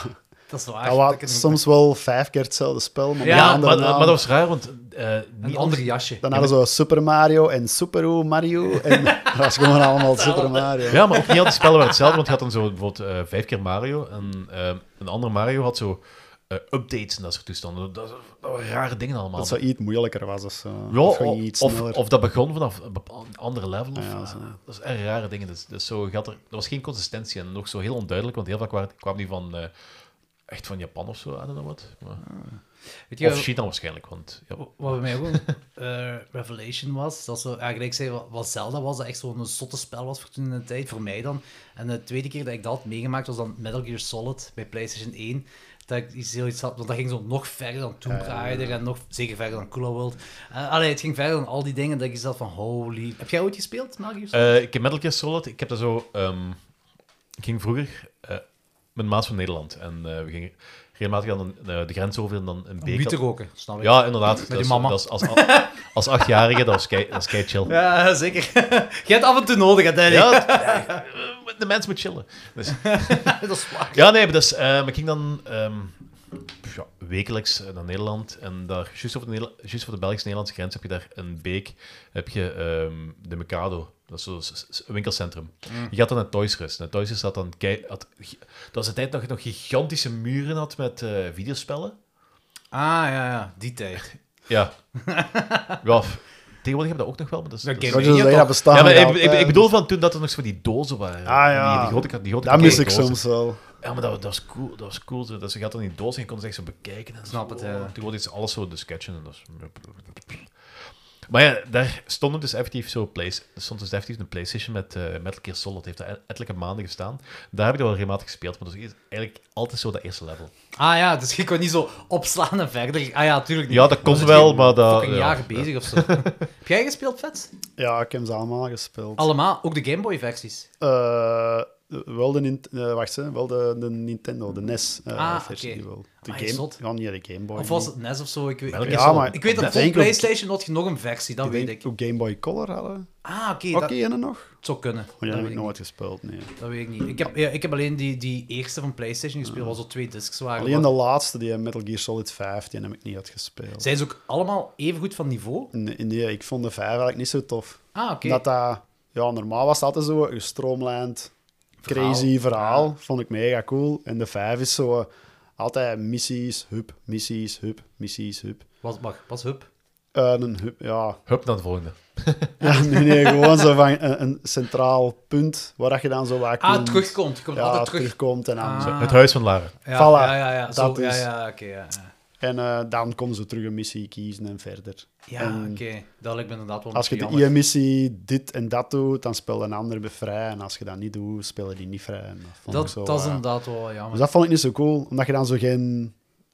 Dat is waar. Dat was dat kan ik- soms wel vijf keer hetzelfde spel, maar Ja, Ja, met een maar, andere maar naam. dat was raar, want eh, Een niet ander anders. jasje. Dan hadden ze wel Super Mario en Super O Mario. En dat was gewoon allemaal Super Mario. Ja, maar ook niet al die spellen waren hetzelfde, want je had dan zo bijvoorbeeld eh, vijf keer Mario en eh, een andere Mario had zo eh, updates en dat soort toestanden. Dat, dat waren rare dingen allemaal. Dat zo iets moeilijker was of zo. Ja, of ging o- iets of, sneller. of dat begon vanaf een bepaal- een ander level. Of, Ja, eh, zo. dat is erg rare dingen. Dus, dus zo gaat er, er was geen consistentie en nog zo heel onduidelijk, want heel vaak waren- kwam die van eh, echt van Japan of zo, I don't know what. Maar- Weet je, of China waarschijnlijk, want ja, Wat bij mij ook een eh, revelation was, dat zo, eigenlijk zei wat- wat Zelda was, dat echt zo'n zotte spel was voor toen in de tijd, voor mij dan. En de tweede keer dat ik dat had meegemaakt was dan Metal Gear Solid bij PlayStation 1. Dat ik iets heel iets had, want dat ging zo nog verder dan Tomb Ja, ja, Raider en nog zeker verder dan Cooler World. Eh, allee, het ging verder dan al die dingen dat ik zelf van holy. Heb jij ooit gespeeld, Metal Gear Solid? Eh, ik heb Metal Gear Solid. Ik heb daar zo... ehm, ik ging vroeger eh, met maat van Nederland. En eh, we gingen regelmatig aan een- eh, de grens over en dan een Om beek. wiet te had- roken, snap ik. Ja, inderdaad. dat je is- mama. Dat is als, a- als achtjarige, dat is kei, dat is kei chill. Ja. Ja, zeker. je hebt af en toe nodig, hè, Danny. het- ja, de mens moet chillen. Dus, dat is waar. ja, nee, dus ehm, ik ging dan ehm, ja, wekelijks eh, naar Nederland. En daar, juist voor de, Nederla- juist voor de Belgisch-Nederlandse grens, heb je daar een beek. Heb je ehm, de Mikado. Dat is zo'n s- s- winkelcentrum. Mm. Je gaat dan naar Toys Rust. En Toys Rust had dan... Kei, had, gi- dat was de tijd dat je nog gigantische muren had met eh, videospellen. Ah, ja, ja, die tijd. Ja. ja. f- Tegenwoordig heb je dat ook nog wel, maar dat is... Dat dat is- game- Wat je Ja, zei, toch? dat bestaan ja, maar nog ik, ik, altijd. ik bedoel van toen dat er nog zo van die dozen waren. Ah, ja. Die, die grote, die grote Dat mis ik dozen. soms wel. Ja, maar dat, dat was cool. Dat was cool. zo. Dat ze gaat dan in die doos en je kon ze echt zo bekijken. En Snap zo. het, ja. Toen wordt iets alles zo de sketchen. En dat is... Maar ja, daar stonden dus effectief zo place, er stond dus effectief een PlayStation met eh Metal Gear Solid. Heeft daar ettelijke maanden gestaan. Daar heb ik dat wel regelmatig gespeeld. Maar dat is eigenlijk altijd zo dat eerste level. Ah ja, dus je kon niet zo opslaan en verder. Ah ja, natuurlijk niet. Ja, dat kon Was het wel, geen maar dat- fucking ja. jaren bezig of zo. Heb jij gespeeld, vet? Ja, ik heb ze allemaal gespeeld. Allemaal, ook de Game Boy versies. Eh, wel de, Nint- eh, wacht, hè, wel de, de Nintendo, de NES. eh, Ah, versie oké. wel. De Ah, game, zot. ja, niet de Game Boy. Of was het NES of zo? Ik weet, Metal ik, Gear Ja, Solid. maar- ik weet dat Ik voor denk ook- PlayStation had je nog een versie, dat Ik weet denk ik. ook Game Boy Color hadden. Ah, oké, Oké, dat, en nog? het zou kunnen. Oh, ja, dat, heb weet ik ik niet. nooit gespeeld, nee. dat weet ik niet. Ik heb, ja, ik heb alleen die, die eerste van PlayStation gespeeld, waar zo twee discs waren. Alleen de laatste, die Metal Gear Solid 5, die heb ik niet uitgespeeld. Zijn ze ook allemaal even goed van niveau? Nee, nee, ik vond de 5 eigenlijk niet zo tof. Ah, oké. Dat dat, ja, normaal was dat altijd zo, een stroomlijnd, Verhaal. crazy verhaal. Vond ik mega cool. En de 5 is zo eh, altijd missies, hup, missies, hup, missies, hup. Was, wacht, was hup. Eh, een hup, ja. Hup naar de volgende. Ja, nee, nee, gewoon zo van een, een centraal punt waar dat je dan zo wat Ah, kunt- terugkomt. Je komt ja, altijd terug. terugkomt en dan... Ah. zo. Het huis van Lara. Ja, Voilà, ja, ja, ja. Zo, dat ja, is- ja, oké, ja, ja. En eh, dan konden ze terug een missie kiezen en verder. Ja, En oké. Dat lijkt me inderdaad wel Als je een de beetje jammer. IE-missie dit en dat doet, dan speelt een ander bij vrij. En als je dat niet doet, spelen die niet vrij. En dat, vond ik Dat, zo, dat is eh, inderdaad wel jammer. Dus dat vond ik niet zo cool, omdat je dan zo geen...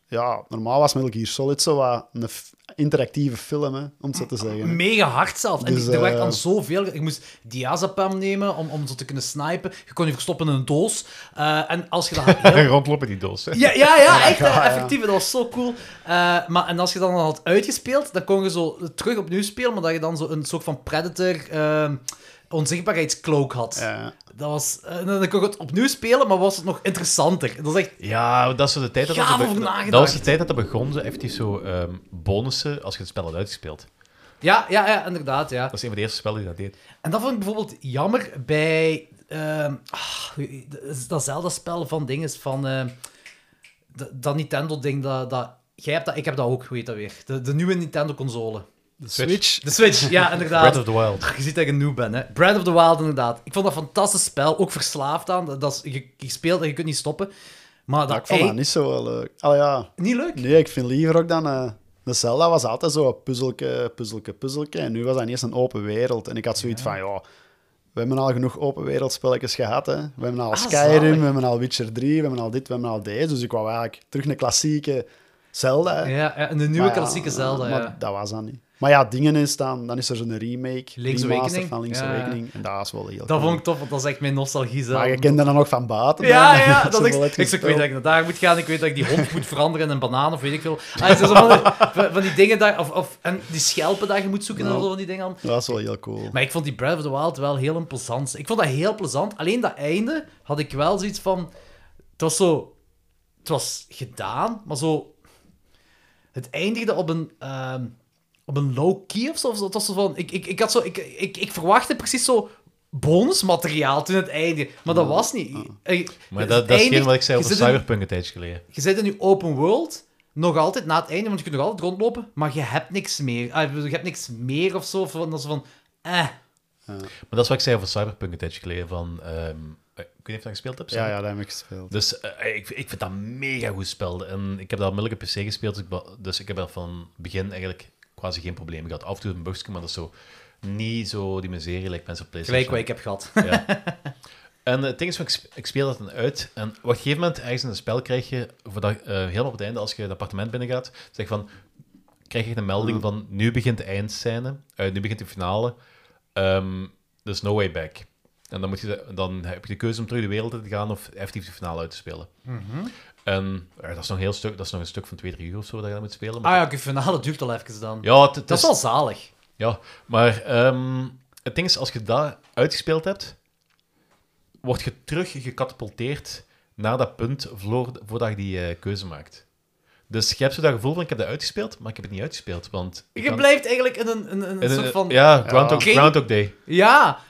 Ja, normaal was Metal Gear Solid zo wat een f- interactieve film, hè, om het zo Ah, te zeggen. Mega hard zelf. En Dus, die- er werd eh, aan zoveel. Ik moest diazepam nemen om, om zo te kunnen snipen. Je kon je verstoppen in een doos. Eh, en als je dat had heel- Rondlopen die doos. hè. Ja, ja, ja, echt. ja, hè, ja. effectief, dat was zo cool. Eh, maar, en als je dan al had uitgespeeld, dan kon je zo terug opnieuw spelen, maar dat je dan zo een soort van Predator eh, onzichtbaarheidscloak had. Ja. Dat was, eh, dan kon je het opnieuw spelen, maar was het nog interessanter. Dat is echt... Ja, dat is zo de tijd dat Gaaf dat, over nagedacht. dat was de tijd dat dat begon, zo effectief zo ehm, bonussen als je het spel had uitgespeeld. Ja, ja, ja, inderdaad, ja. Dat is een van de eerste spellen die dat deed. En dat vond ik bijvoorbeeld jammer bij ehm, ah, datzelfde spel van dinges van ehm, d- dat Nintendo ding dat, dat jij hebt dat, ik heb dat ook, hoe heet dat weer? De, de nieuwe Nintendo console. De Switch. De Switch, ja, inderdaad. Breath of the Wild. Je ziet dat ik een noob ben, hè. Breath of the Wild, inderdaad. Ik vond dat een fantastisch spel, ook verslaafd aan. Dat is, je, je speelt en je kunt niet stoppen. Maar Maar dat, ik vond dat ei- niet zo wel leuk. Oh ja, niet leuk. nee, ik vind liever ook dan... eh de Zelda was altijd zo een puzzelke, puzzelke, puzzelke. En nu was dat eerst een open wereld. En ik had zoiets van, ja... We hebben al genoeg open wereldspelletjes gehad, hè. We hebben al Ah, Skyrim, zalig. we hebben al Witcher 3, we hebben al dit, we hebben al deze. Dus ik wou eigenlijk terug een klassieke Zelda. hè. Ja, ja, en de nieuwe Maar ja, klassieke Zelda, maar ja. dat was dan niet. Maar ja, dingen is dan... Dan is er zo'n remake, Link's remaster Awakening. van Link's Ja, ja. Awakening. En dat is wel heel Dat cool. vond ik tof, want dat is echt mijn nostalgie zelf. Maar je kende dan nog van buiten. Ja, hè. ja, Zo dat ik, wel ik, het zeg, ik weet dat gespeeld. ik naar daar moet gaan, ik weet dat ik die hond moet veranderen in een banaan of weet ik veel. Ah, het is zo van, van- van die dingen daar, of, of, en die schelpen daar je moet zoeken en Nou. zo van die dingen. allemaal. Dat was wel heel cool. Maar ik vond die Breath of the Wild wel heel plezant. Ik vond dat heel plezant. Alleen dat einde had ik wel zoiets van... Het was zo... het was gedaan, maar zo... Het eindigde op een, ehm, op een low key of zo. Het was zo van... Ik, ik, ik, had zo, ik, ik, ik verwachtte precies zo bonusmateriaal toen het eindigde. Maar dat was niet. Eh, Ah. Maar het dat, dat is geen eindigt- wat ik zei je over zit in- Cyberpunk een tijdje geleden. je zit in je open world, nog altijd na het einde, want je kunt nog altijd rondlopen, maar je hebt niks meer. Ah, ik bedoel, je hebt niks meer of zo. Van, dat is van, eh. Maar dat is wat ik zei over Cyberpunk een tijdje geleden. Van, ehm, ik weet niet of je dat gespeeld hebt. Ja, ja, dat heb ik gespeeld. Dus eh, ik, ik vind dat een mega goed spel. En ik heb dat onmiddellijk op PC gespeeld. Dus ik, ba- dus ik heb er van begin eigenlijk quasi geen problemen gehad. Af en toe een bugje, maar dat is zo niet zo die miserie like mensen op Gelijk PlayStation. wat ik heb gehad. Ja. En eh, het ding is, ik sp- ik speel dat dan uit. En op een gegeven moment, ergens in een spel, krijg je, voordat, eh, helemaal op het einde, als je het appartement binnengaat, zeg van, krijg je een Mm. melding van, nu begint de eindscène, eh, nu begint de finale, Ehm there's no way back. En dan, moet je, de- dan heb je de keuze om terug de wereld in te gaan of effectief de finale uit te spelen. Mhm. En eh, dat, is nog een heel stuk, dat is nog een stuk van twee, drie uur of zo dat je dat moet spelen. Ah maar- ja, oké, finale duurt al even dan. ja, het, het dat is wel zalig. ja, maar ehm, het ding is, als je dat uitgespeeld hebt, word je terug gecatapulteerd naar dat punt vloor- voordat je die eh, keuze maakt. Dus je hebt zo dat gevoel van, ik heb dat uitgespeeld, maar ik heb het niet uitgespeeld, want... ik Je kan- blijft eigenlijk in een, in een, in- eh, soort van... Ja. Ja, Groundhog, Geen- Groundhog Day.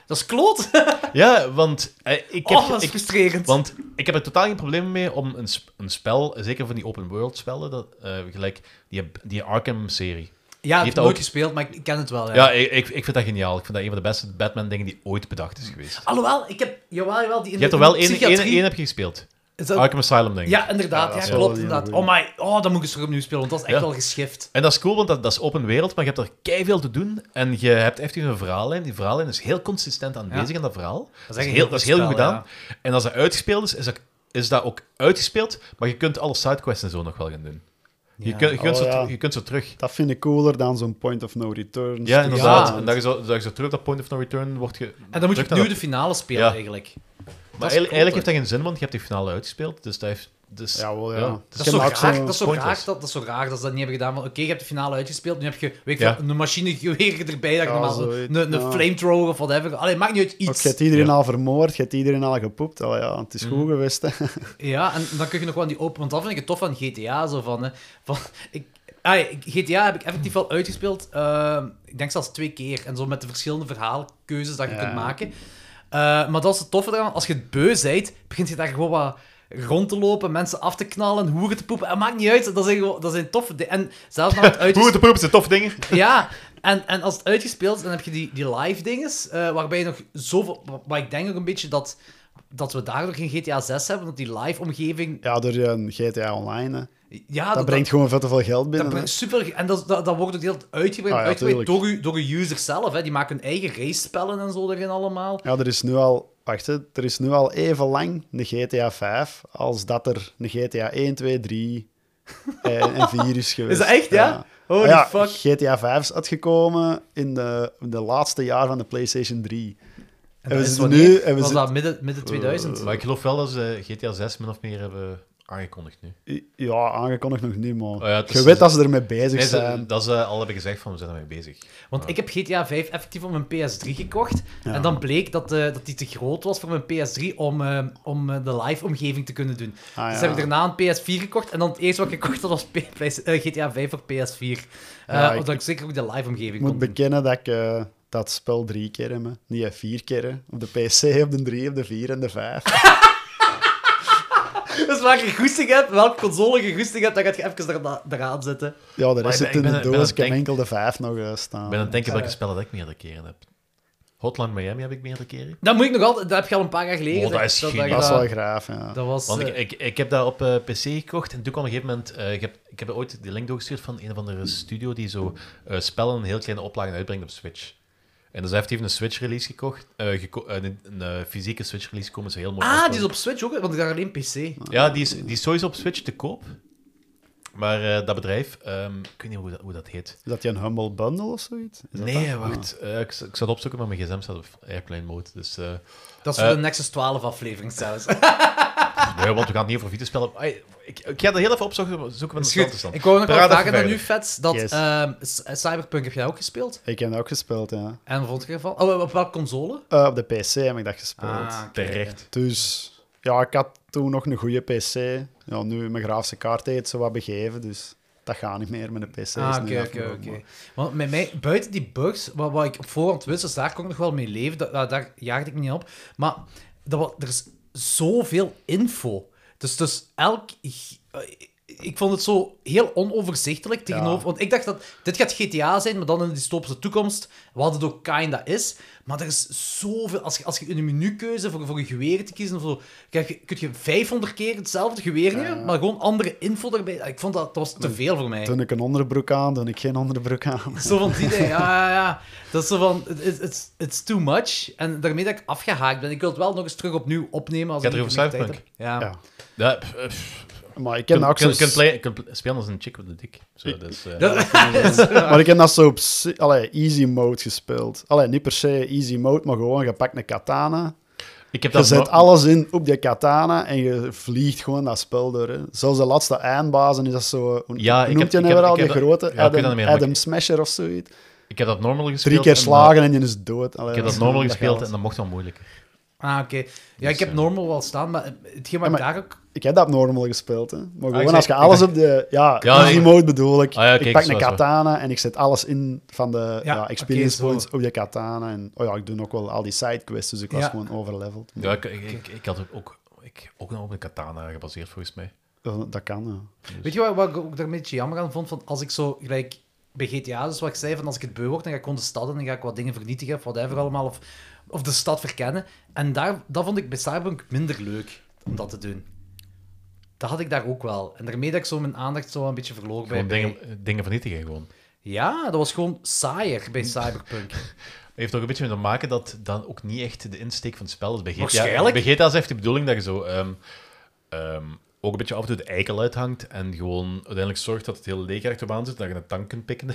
dat is kloot. Ja, want eh, ik heb... oh, dat is ik- frustrerend. want ik heb er totaal geen probleem mee om een, sp- een spel, zeker van die open-world spellen, dat, eh, gelijk die, die Arkham-serie. ja, ik heb heeft dat nooit ook- gespeeld, maar ik, ik ken het wel. Ja. Ja, ik, ik, ik vind dat geniaal. Ik vind dat een van de beste Batman-dingen die ooit bedacht is geweest. Alhoewel, ik heb... Jawel, jawel, die in Je hebt de- er in wel de één, één, psychiatrie- één heb je gespeeld. Is dat- Arkham Asylum, denk ik. Ja, Ja, inderdaad. dat Ja, is wel klopt, een inderdaag. goeie. Oh my... Oh, dat moet ik eens terug opnieuw spelen, want dat is echt Ja. wel geschift. En dat is cool, want dat, dat is open wereld, maar je hebt er keiveel te doen. En je hebt echt een verhaallijn. Die verhaallijn is heel consistent aanwezig Ja. in dat verhaal. Dat echt is, een heel, heel dat is goed heel goed spel, gedaan. En als dat uitgespeeld is, is dat, is dat ook uitgespeeld. Maar je kunt alle sidequests en zo nog wel gaan doen. Je, Ja. kunt, je, kunt Oh, zo, ja. ter- je kunt zo terug. Dat vind ik cooler dan zo'n point of no return. Ja, inderdaad. Ja. En dat je, zo, dat je zo terug op dat point of no return wordt ge... En dan moet je terug opnieuw naar de dat- finale spelen, Ja. eigenlijk. Maar is eigenlijk, eigenlijk cool, heeft dat geen zin, want je hebt die finale uitgespeeld. Dus dat heeft... Dus, Jawel, ja. ja. Dat Ik is, zo ken ook raar, zo'n dat, is zo pointers. raar dat, dat is zo raar dat ze dat niet hebben gedaan. Van, Oké, je hebt de finale uitgespeeld, nu heb je weet ik Ja. veel, een machinegeweer erbij, dat je Ja, normaal zo- zoiets, een, een ja. flamethrower of whatever. Allee, maakt niet uit, Ook, iets. je hebt iedereen Ja. Mhm. al vermoord, je hebt iedereen al gepoept. Allee, ja, het is goed geweest. Hè. Ja, en dan kun je nog wel die open... Want dat vind ik het tof van GTA, zo van... Hè, van ik, ah, ik- GTA heb ik effectief wel uitgespeeld, ehm, ik denk zelfs twee keer. En zo met de verschillende verhaalkeuzes dat je Ja. kunt maken. Eh, maar dat is het toffe eraan. Als je het beu bent, begint je daar gewoon wat rond te lopen, mensen af te knallen, hoeren te poepen. Het maakt niet uit, dat zijn, gewoon- dat zijn toffe dingen. En zelfs na het Hoe uitgespeeld... de poep is een tof ding. Ja, en, en als het uitgespeeld is, dan heb je die, die live dinges, eh, waarbij je nog zoveel... wa- Waar ik denk ook een beetje dat, dat we daardoor geen GTA 6 hebben, dat die live omgeving... Ja, door eh, een GTA Online. hè. Ja, dat, brengt gewoon veel te veel geld Ah, dat binnen. brengt hè. super... En dat, dat, dat wordt ook heel uitgebreid, Ah, ja, uitgebreid tuurlijk. door, uw, door uw users zelf. Hè. Die maken hun eigen race-spellen en zo erin allemaal. Ja, er is nu al... Wacht, hè, er is nu al even lang een GTA 5 als dat er een GTA 1, 2, 3 en, eh, en 4 is geweest. Is dat echt, ja? Holy Ah ja, fuck. GTA 5 is uitgekomen in de, in de laatste jaar van de PlayStation 3. En, Dat is we zitten wanneer? nu... En we Eh, was zitten, dat midden, midden 2000? Maar ik geloof wel dat ze GTA 6 min of meer hebben aangekondigd nu. Ja, aangekondigd nog niet, maar... Oh ja, het is- je weet dat ze ermee bezig Nee, Dus, ze- ehm, zijn. dat ze al hebben gezegd van we zijn ermee bezig. Want ik heb GTA 5 effectief op mijn PS3 gekocht. Ah. Ja. En dan bleek dat, eh, dat die te groot was voor mijn PS3 om, eh, om eh, de live-omgeving te kunnen doen. Ah, Dus ja. heb ik daarna een PS4 gekocht. En dan het eerste wat ik gekocht had was P- PS eh, GTA 5 voor PS4. Eh Ja, ik- Omdat ik zeker ook de live-omgeving Ik moet kon doen. bekennen dat ik eh, dat spel drie keer heb. hè. Niet eh, vier keer. hè. Op de PC, op de 3, op de 4 en de 5. Dus waar je goesting hebt, welke console je goesting hebt, dan gaat je even daarna- eraan zetten. Ja, de Maar ik rest ben- zit ik in ben- de ik ben doos. aan Ik heb het enkel de 5 nog eh, staan. Ik ben aan het denken Eh. welke spellen dat ik meerdere keren heb. Hotline Miami heb ik meerdere keren. Dat moet ik nog altijd... Dat heb je al een paar jaar geleden. Oh, dat is gezegd, geniaal. je dat is dat- wel graaf, ja. dat was... Want ik, eh, ik, ik heb dat op eh, PC gekocht en toen kwam op een gegeven moment... eh, ik, heb, ik heb ooit die link doorgestuurd van een of andere studio die zo eh, spellen in heel kleine oplagen uitbrengt op Switch. En dus hij heeft even een Switch-release gekocht. eh, geko- eh, een, een, eh, fysieke Switch-release komen ze heel mooi Ah, afspelen. die is op Switch ook, want ik had alleen PC. Ja, die is, die is sowieso op Switch te koop. Maar eh, dat bedrijf, ehm, ik weet niet hoe dat, hoe dat heet. Is dat je een Humble Bundle of zoiets? Is dat Nee, dat? Ah. wacht. Eh, ik, z- ik zal het opzoeken, maar mijn gsm staat op airplane mode. Dus, eh, Dat is voor Eh. de Nexus 12 aflevering zelfs. nee, want we gaan niet over videospellen. Ai, ik, ik ga dat heel even opzoeken zoeken van de Is stand goed. is dan. Ik wou nog wel Praat vragen even naar verder. nu, Vets. Dat, Yes. ehm, C- Cyberpunk heb jij ook gespeeld? Ik heb dat ook gespeeld, ja. En wat vond je ervan? Oh, op welke console? Eh, op de PC heb ik dat gespeeld. Ah, Terecht. Dus ja, ik had toen nog een goede PC. Ja, nu mijn grafische kaart heeft ze wat begeven, dus dat gaat niet meer met een PC. Ah, oké, oké, oké. Want met mij, buiten die bugs, wat, wat ik op voorhand wist, dus daar kon ik nog wel mee leven, da- da- daar jaagde ik me niet op. Maar dat, wa- er is zoveel info. Dus, dus elk... eh, Ik vond het zo heel onoverzichtelijk tegenover... Ja. Want ik dacht dat dit gaat GTA zijn, maar dan in de dystopische toekomst, wat het ook kinda is. Maar er is zoveel... Als je, als je in een menukeuze voor, voor een geweer te kiezen of zo, krijg je- kun je 500 keer hetzelfde geweer nemen, maar gewoon andere info erbij. Ik vond dat, dat was te veel voor mij. Eh. Toen ik een onderbroek aan, toen ik geen onderbroek aan. Zo van die dingen, ja, ja, ja. Dat is zo van, it- it- it's, it's too much. En daarmee dat ik afgehaakt ben. Ik wil het wel nog eens terug opnieuw opnemen als Gaat ik er niet over genoeg tijd Cyberpunk? heb. Ja. Ja. Ja, pff, pff. Maar ik ken Kun- dat ook kun- zo... kun play- kun pl- Spelen als een chick with a dick. Zo, dus, eh, Dat- Maar ik heb dat zo op si- allee, easy mode gespeeld. Allee, niet per se easy mode, maar gewoon, je pakt een katana. ik heb Je dat zet nog- alles in op die katana en je vliegt gewoon dat spel door. Hè. Zelfs de laatste eindbazen is dat zo... hoe- Ja, hoe ik noemt heb- je ik nou heb- weer al ik heb die dat- grote? ja, ik weet dat niet Adam, meer, maar Adam Smasher of zoiets. Ik heb dat normal gespeeld. Drie keer en, eh, slagen en je is dood. Allee, Ik heb dat is- normal dat gespeeld gaat. en dat mocht wel moeilijk. Ah, oké. Ja, Dus, eh, ik heb normal wel staan, maar hetgeen wat Ja, ik daar ook... Ik heb dat op normal gespeeld, hè. Maar Ah, gewoon ik als je zeg- alles ik op de... Ja, Ja, easy ik- mode bedoel ik. Ah, ja, oké, ik pak zo, een zo. katana en ik zet alles in van de ja, oké, experience zo. points op die katana. En oh ja, ik doe ook wel al die sidequests, dus ik was Ja. gewoon overleveled. Ja, ik, ik, ik, ik had ook, ook, ik, ook nog op een katana gebaseerd, volgens mij. Eh, Dat kan, ja. Weet je wat, wat ik ook daar een beetje jammer aan vond? Van als ik zo, gelijk bij GTA, dus wat ik zei, van als ik het beu word, dan ga ik gewoon de stad in, dan ga ik wat dingen vernietigen, of whatever allemaal, of, of de stad verkennen. En daar, dat vond ik bij Cyberpunk minder leuk, om dat te doen. Dat had ik daar ook wel. En daarmee dat ik zo mijn aandacht zo een beetje verloor bij... Gewoon dingen, dingen vernietigen, gewoon. Ja, dat was gewoon saaier bij Cyberpunk. Heeft ook een beetje mee te maken dat dan ook niet echt de insteek van het spel is. Bij GTA, Waarschijnlijk. Bij GTA is echt de bedoeling dat je zo ehm, ehm, ook een beetje af en toe de eikel uithangt en gewoon uiteindelijk zorgt dat het heel leeg rechterop zit, dat je een tank kunt pikken.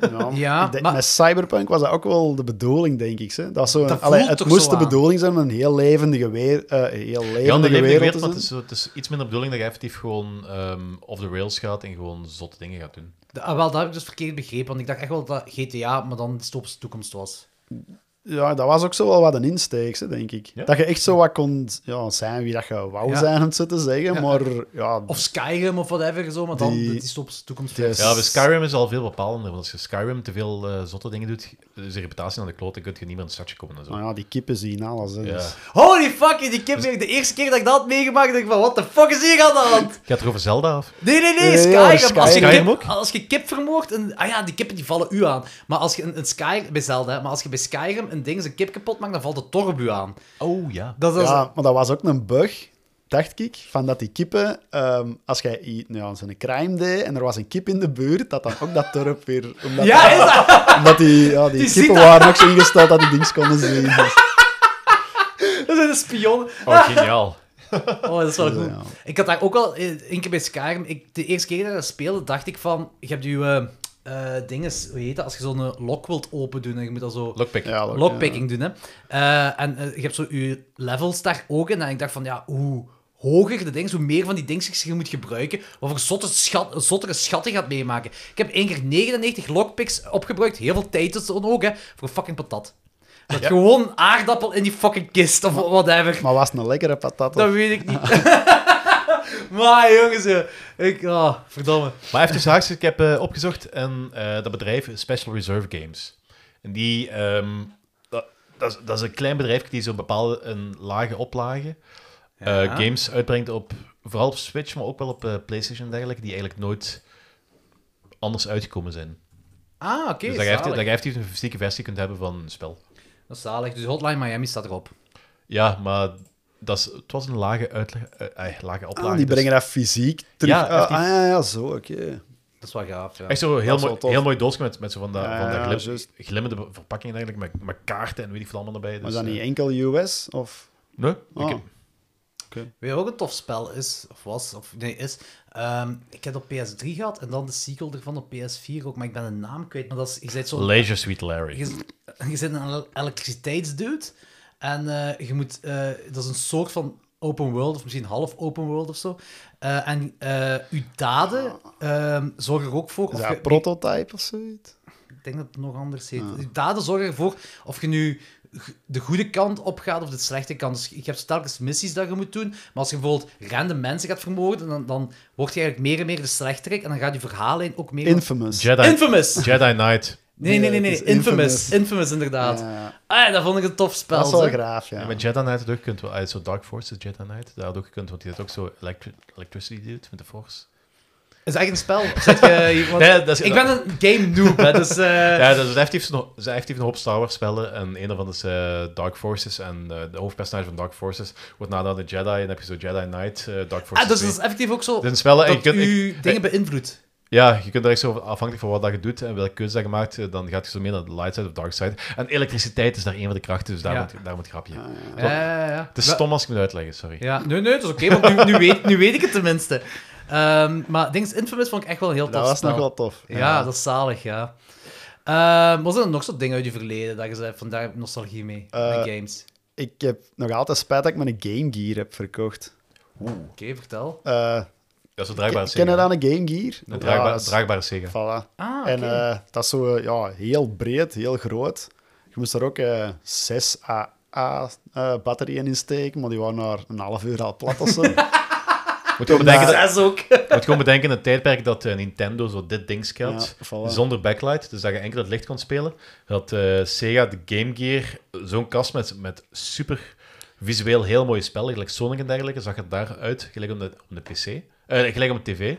ja. Ja, ik denk, maar- Met Cyberpunk was dat ook wel de bedoeling, denk ik. Hè. Dat was zo een- Dat allee, voelt het toch zo moest de aan. bedoeling zijn om een heel levendige, weer, eh, heel Ja, dat levendige heeft niet wereld gebeurd, te maar het zijn. is, zo- het is iets minder de bedoeling dat je effectief gewoon ehm off the rails gaat en gewoon zotte dingen gaat doen. De- ah, wel, dat heb ik dus verkeerd begrepen, want ik dacht echt wel dat GTA, maar dan dystopische toekomst was. Ja, dat was ook zo wel wat een insteek, hè, denk ik. Ja. Dat je echt zo wat kon ja, zijn wie dat je wou Ja. zijn, om het zo te zeggen. Ja. Maar ja, Of Skyrim of whatever, zo, maar dan Die- de dystopische toekomst. Yes. Ja, bij Skyrim is al veel bepalender. Want als je Skyrim te veel eh, zotte dingen doet, is je reputatie aan de kloot, dan kun je niet meer in het stadje komen en zo. nou ja, die kippen zien alles. Hè, Ja. dus- Holy fuck, die kip zeg ik, de eerste keer dat ik dat had meegemaakt, dacht ik van, what the fuck is hier aan de hand? Gaat er over Zelda af? Nee, nee, nee, Nee, nee, Skyrim. Skyrim. Als, je Skyrim kip, ook? als je kip vermoordt, en, ah ja, die kippen die vallen u aan. Maar als je een, een Skyrim, bij Zelda, hè, maar als je bij Skyrim een ding, zijn kip kapot maakt, dan valt de torp u aan. Oh ja. Dat is ja, maar dat was ook een bug, dacht ik, van dat die kippen, ehm, als jij i- nou, ja, zo'n crime deed en er was een kip in de buurt, dat dan ook dat dorp weer... Omdat, Ja, is dat? omdat die, ja, die, Die ziet kippen dat. waren ook zo ingesteld dat die dings konden zien. Dus, Dat zijn de spionnen. Oh, geniaal. Oh, dat is wel Dus, goed. ja. Ik had daar ook al eh, één keer bij Skyrim. Ik, de eerste keer dat ik dat speelde, dacht ik van... Je hebt je eh eh, dinges, hoe heet dat? Als je zo'n eh, lock wilt open doen en je moet dat zo... Lockpick. ja, dat- Lockpicking doen, hè. Eh, en eh, je hebt zo je levels daar ook in. En ik dacht van, ja, hoe hoger de dings, hoe meer van die dings je moet gebruiken, wat voor zotte schat, zottere schatten je gaat meemaken. Ik heb één keer 99 lockpicks opgebruikt, heel veel tijd dus dan ook, hè, voor fucking patat. Dat gewoon een aardappel in die fucking kist, of whatever. Maar was het een lekkere patat? Dat Of... weet ik niet. maar jongens, eh, ik... ah, verdomme. Maar even tussen haakjes, ik heb eh, opgezocht en eh, dat bedrijf is Special Reserve Games. En die, ehm, dat, dat, is, dat is een klein bedrijf die zo'n bepaalde een lage oplage eh, Ja. games uitbrengt op, vooral op Switch, maar ook wel op eh, PlayStation en dergelijke, die eigenlijk nooit anders uitgekomen zijn. Ah, oké, dus dat je, zalig. effectief- dat je effectief een fysieke versie kunt hebben van een spel. Dat is zalig. Dus Hotline Miami staat erop. Ja, maar dat is, het was een lage, uitleg, eh, eh, lage oplage. Ah, die dus- brengen dat fysiek terug. Ja, Ah, effectief. ah, ja, ja, zo, oké. Dat is wel gaaf, ja. Echt zo heel is wel mooi, tof. heel mooi doosje met, met zo van dat, Ja, van dat ja, glim- juist. glimmende be- verpakking en dergelijke, met, met kaarten en weet ik veel allemaal erbij. Dus, Was dat eh, niet enkel US? Of... Nee? Ah. Ik- Weet je wat ook een tof spel is, of was, of nee, is. Ehm, ik heb het op PS3 gehad en dan de sequel ervan op PS4 ook, maar ik ben de naam kwijt. Maar dat is, je bent zo. Leisure Suite Larry. Je, je bent een ele- elektriciteitsdude en eh, je moet. eh, dat is een soort van open world, of misschien half open world of zo. Eh, en eh uw daden Ah. ehm, zorgen er ook voor. Is Of dat je- een prototype of zoiets? Dus ik denk dat het nog anders heet. Uw daden zorgen ervoor of je nu de goede kant op gaat of de slechte kant. Dus je hebt telkens missies dat je moet doen. Maar als je bijvoorbeeld random mensen gaat vermoorden, dan, dan word je eigenlijk meer en meer de slechterik. En dan gaat je verhaallijn ook meer... Infamous. Jedi, Infamous! Jedi Knight. Nee, nee, nee, Nee, nee. het is Infamous. Infamous. Infamous, inderdaad. Ja, Ah, dat vond ik een tof spel. dat is wel zeg. graaf, ja. Ja, met Jedi Knight had ook kunt, ah, zo Dark Force, de Jedi Knight, daar had ook gekund, want die had ook zo electri electricity doet met de Force. is echt een spel. Zeg je, hier- want- Nee, dat is- ik ben een game noob, hè, dus... eh, Ja, dus hij heeft nog- hij heeft een hoop Star Wars spellen en een daarvan is eh, Dark Forces en eh, de hoofdpersonage van Dark Forces wordt nadat de Jedi en dan heb je zo Jedi Knight, eh, Dark Forces ah, dus 2. dat is effectief ook zo Dit zijn spellen en nou, je dat kunt, u ik- dingen beïnvloedt. ja, je kunt er echt zo afhankelijk van wat dat je doet en welke keuze dat je maakt, eh, dan gaat je zo meer naar de light side of dark side. En elektriciteit is daar een van de krachten, dus daar, Ja. moet, daar moet grapje. Ja, ja. Ja, ja, ja. Het is stom als ik het moet uitleggen, sorry. Ja, nee, nee, dat is oké, want nu, nu, weet, nu weet ik het tenminste. Ehm, maar Dings Infamous vond ik echt wel een heel tof Dat was spel. nog wel tof. Ja, dat is zalig, ja. Ehm was er nog zo'n dingen uit je verleden dat je zei, vandaar heb ik nostalgie mee, Eh, met games? Ik heb nog altijd spijt dat ik mijn Game Gear heb verkocht. Oké, vertel. Eh Dat is een ken draagbare ken Sega. je dan een Game Gear? Een Ja, draagbare, dat is- draagbare Sega. Voilà. Ah, oké. En eh, dat is zo eh, ja, heel breed, heel groot. Je moest er ook eh 6 AA-batterijen eh, in steken, maar die waren na een half uur al plat of zo. Moet gewoon bedenken, dat, Zes ook. moet gewoon bedenken in het tijdperk dat eh, Nintendo zo dit ding scalpt. Ja, voilà. Zonder backlight, dus dat je enkel het licht kon spelen. Had eh, Sega de Game Gear zo'n kast met, met super visueel heel mooie spellen, gelijk Sonic en dergelijke, zag het daaruit, gelijk op de, op de PC. eh, gelijk op de tv.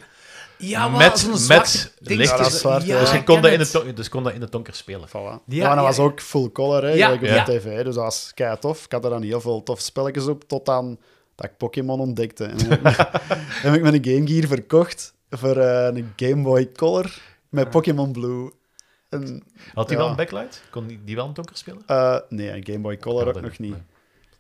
Ja, maar Met- zo'n met zwarte ding. licht. Ja, dat is zwart, ja. dus, ik je kon ken dat in de het. ton- dus kon dat in de donker spelen. Voilà. Ja, Ja, en dat ja. was ook full color, hè, Ja, gelijk op ja. de tv. Dus dat was kei tof. Ik had er dan heel veel toffe spelletjes op, tot aan dat ik Pokémon ontdekte. En dan heb ik mijn Game Gear verkocht voor eh, een Game Boy Color met Pokémon Blue. En, Had die Ja. wel een backlight? Kon die, die wel in het donker spelen? eh, nee, een Game Boy Color Dat ook kan nog niet. niet.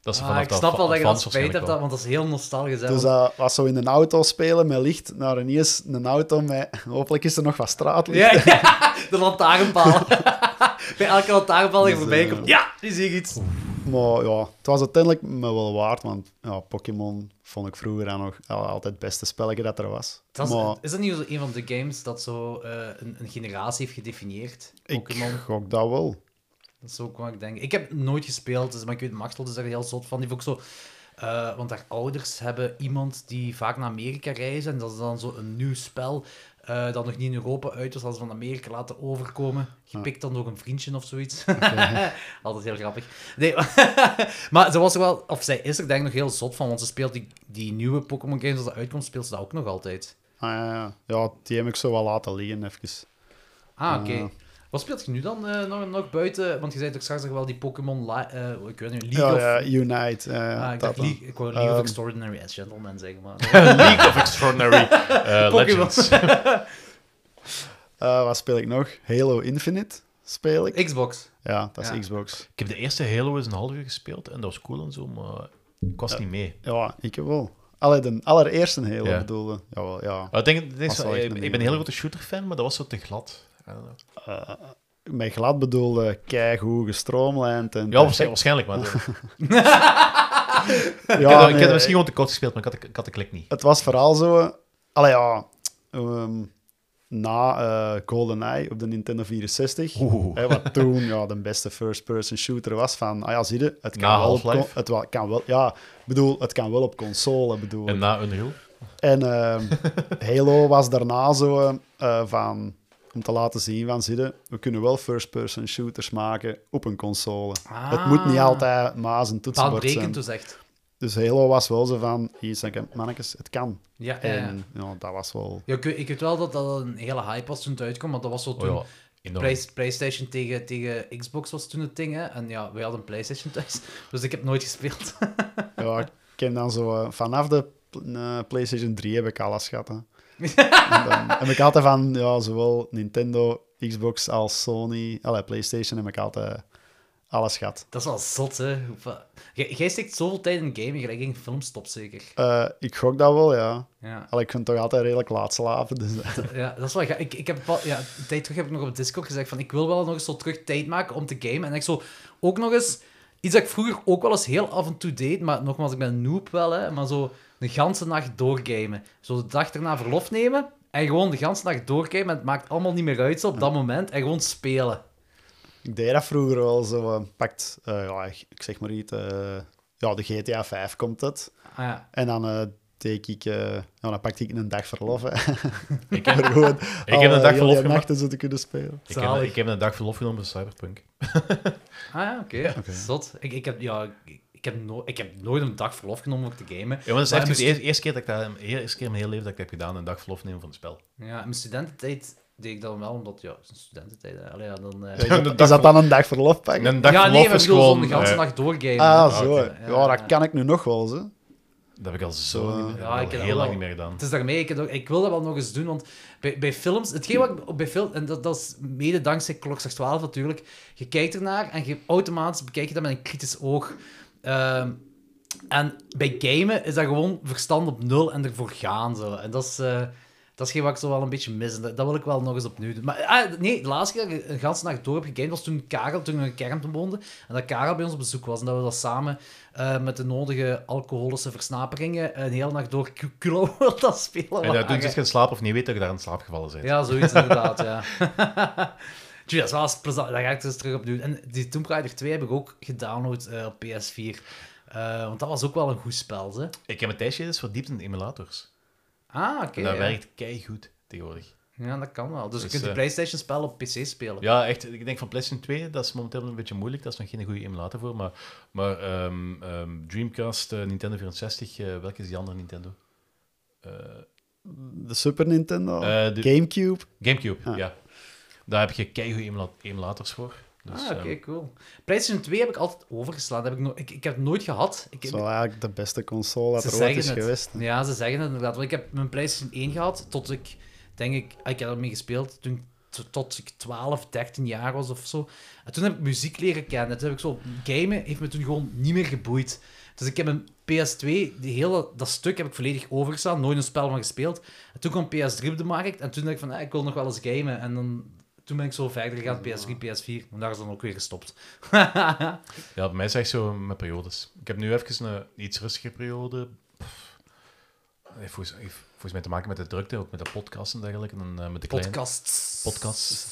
Dat is Ah, vanaf ik snap wel dat je dat Advance spijt hebt, waarschijnlijk dat, wel. want dat is heel nostalgisch. Hè, Dus want- dat was zo in een auto spelen met licht naar ineens een auto met... Hopelijk is er nog wat straatlicht. ja, ja, de lantaarnpaal. Bij elke lantaarnpaal die je Dus, voorbij eh, komt, ja, die zie ik iets. Maar ja, het was uiteindelijk me wel waard, want ja, Pokémon vond ik vroeger dan nog al- altijd het beste spelletje dat er was. Dat is, maar is dat niet zo een van de games dat zo eh, een, een generatie heeft gedefinieerd? Pokémon. ik gok dat wel. Dat is ook wat ik denk. Ik heb nooit gespeeld, dus, maar ik weet, Maxel is daar heel zot van. Die heeft ook zo... eh, want haar ouders hebben iemand die vaak naar Amerika reizen. En dat is dan zo een nieuw spel eh, dat nog niet in Europa uit was. Dat ze van Amerika laten overkomen. Ah. Je pikt dan nog een vriendje of zoiets. Altijd heel grappig. Nee, maar ze was er wel... Of zij is er denk ik nog heel zot van. Want ze speelt die, die nieuwe Pokémon games als dat uitkomt, speelt ze dat ook nog altijd. Ah, ja, ja. ja, die heb ik zo wel laten liggen, even. Ah, oké. Eh. Wat speelt je nu dan eh, nog, nog buiten? Want je zei toch straks nog wel die Pokémon Li- eh, ik weet niet, League Ja, of... ja, Unite. eh, Ah, ik, dat dacht dan. League, ik wou League of Ehm. Extraordinary as Gentlemen zeggen, maar... Eh, League of Extraordinary eh, Pokémon. Legends. Eh, wat speel ik nog? Halo Infinite speel ik. Xbox. Ja, dat is Ja. Xbox. Ik heb de eerste Halo eens een half uur gespeeld en dat was cool en zo, maar ik was niet mee. Ja, ik heb wel. Allee, de allereerste Halo Ja. bedoelde. Jawel, ja. Maar Ik, denk, het is- eh, Was wel echt ik, ik een ben een ding. heel grote shooter-fan, maar dat was zo te glad. I don't know. Met glad bedoelde, keigoed gestroomlijnd. En Ja, waarsch- waarschijnlijk, maar ik, Ja, heb, ik heb nee, misschien gewoon te kort gespeeld, maar ik had, de- ik had de klik niet. Het was vooral zo... eh, Allee, ja... ehm, na eh, GoldenEye op de Nintendo 64, Oeh. hè, wat toen ja, de beste first-person shooter was, van, ah ja, zie je, het kan Na wel op... Half-Life? con- Het wel- kan wel, ja, ik bedoel, het kan wel op console, bedoel En ik. na Unreal. En ehm, Halo was daarna zo eh, van, om te laten zien van, zie je, we kunnen wel first-person shooters maken op een console. Ah. Het moet niet altijd maas en toetsenbord zijn. Baanbrekend dus echt. Dus Halo was wel zo van, hier zijn ik- mannetjes, het kan. Ja, ja, ja. En ja, dat was wel... ja ik, weet- ik weet wel dat dat een hele hype was toen het uitkwam, want dat was zo toen... Oh ja, enorm. Play- PlayStation tegen, tegen Xbox was toen het ding, hè. En ja, wij hadden een PlayStation thuis, dus ik heb nooit gespeeld. Ja, ik ken dan zo... eh, vanaf de eh, PlayStation 3 heb ik alles gehad. hè. en dan heb ik altijd van, ja, zowel Nintendo, Xbox als Sony... Allee, PlayStation heb ik altijd alles gehad. dat is wel zot, hè. Hoe- Jij jij steekt zoveel tijd in gaming, gelijk in filmstop zeker. Eh, ik gok dat wel, ja. Ja. Allee, ik vind toch altijd redelijk laat slapen. Dus, dat- Ja, dat is wel gaaf. Ik, ik heb wel- ja, een tijd terug heb ik nog op Discord gezegd van ik wil wel nog eens zo terug tijd maken om te gamen. En ik zo ook nog eens iets dat ik vroeger ook wel eens heel af en toe deed, maar nogmaals, ik ben een noob wel, hè, maar zo de ganse nacht doorgamen. Zo de dag erna verlof nemen en gewoon de ganse nacht doorgamen. en Het maakt allemaal niet meer uit zo op dat moment en gewoon spelen. Ik deed dat vroeger wel zo. eh, pakt, eh, ja, ik zeg maar iets. eh, ja, de GTA 5 komt het. Ah, ja. En dan eh, deed ik, eh, ja, dan pakte ik een dag verlof. Hè. Ik Om heb, er gewoon heb een dag alle- verlof alle gemaakt. nachten zo te kunnen spelen. ik, heb, Zalig. ik heb een dag verlof genomen voor Cyberpunk. Ah, ja, oké. Zot. Ik, ik, heb, ja, ik, ik heb no- ik heb nooit een dag verlof genomen om te gamen. Ja, maar dat is Maar echt je de eerste, eerste keer dat ik dat, de eerste keer in mijn hele leven dat ik dat heb gedaan, een dag verlof nemen van het spel. Ja, in mijn studententijd deed ik dat wel, omdat, ja, het is een studententijd. hè. Allee, ja, dan... eh, Ja, is Een dat- dag is dat dan een dag verlof pakken? Een dag ja, verlof nee, maar ik is bedoel, gewoon... gewoon de hele eh, nacht doorgamen. Ah, hè. Ah, zo. oké. hè. Ja, dat kan ik nu nog wel, zo. dat heb ik al zo Zo, niet meer, ja, dat heb ik ik ken dat al heel lang wel. niet meer gedaan. Het is daarmee, ik, heb ook- ik wil dat wel nog eens doen, want bij, bij films, hetgeen wat ik bij film, en dat, dat is mede dankzij Klokslag 12 natuurlijk, je kijkt ernaar en je automatisch bekijk je dat met een kritisch oog. Ehm, en bij gamen is dat gewoon verstand op nul en ervoor gaan. Zo. En dat is, eh dat is geen wat ik zo wel een beetje mis. En dat, dat wil ik wel nog eens opnieuw doen. Maar ah, nee, de laatste keer dat ik een ganse nacht door heb gegamed was toen Karel, toen we in Kärnten woonden. En dat Karel bij ons op bezoek was. En dat we dat samen eh, met de nodige alcoholische versnaperingen een hele nacht door Cu- culo dat spelen En dat doe ik dus waren. geen slaap of niet weet dat je daar in slaap gevallen bent. Ja, zoiets inderdaad, ja. Tjoe, dat is wel eens plezant. Dat ga ik dus terug opnieuw. En die Tomb Raider 2 heb ik ook gedownload eh, op PS4. Eh, want dat was ook wel een goed spel, hè. Ik heb een tijdje dus verdiept in emulators. Ah, oké. En dat ja. werkt keigoed tegenwoordig. Ja, dat kan wel. Dus, je Dus, kunt de eh, PlayStation-spel op PC spelen. Ja, echt. Ik denk van PlayStation 2, dat is momenteel een beetje moeilijk. Daar is nog geen goede emulator voor. Maar, maar ehm, ehm, Dreamcast, eh, Nintendo 64, eh, welke is die andere Nintendo? Eh, De Super Nintendo, Eh, de- Gamecube. Gamecube, Ah. ja. Daar heb je keigoede emula- emulators voor. Dus, ah, oké, ehm, cool. PlayStation 2 heb ik altijd overgeslaan. Dat heb ik, no ik, ik heb het nooit gehad. Ik, Dat is wel eigenlijk de beste console dat ze er ooit is zeggen het. geweest. hè. Ja, ze zeggen het inderdaad. Want ik heb mijn PlayStation 1 gehad tot ik, denk ik, ah, ik heb ermee gespeeld toen t- tot ik 12, 13 jaar was of zo. En toen heb ik muziek leren kennen. En Toen heb ik zo, gamen heeft me toen gewoon niet meer geboeid. Dus ik heb een PS2, die hele, dat stuk heb ik volledig overgeslaan, nooit een spel van gespeeld. En toen kwam PS3 op de markt en toen dacht ik van, ah, ik wil nog wel eens gamen. En dan, toen ben ik zo verder gegaan, PS3, PS4. En daar is dan ook weer gestopt. Ja, bij mij is het echt zo met periodes. Ik heb nu even een iets rustiger periode. Pff. Heeft volgens, heeft volgens mij te maken met de drukte, ook met de podcast en dergelijke. En eh, met de kleine. Podcasts. Podcasts.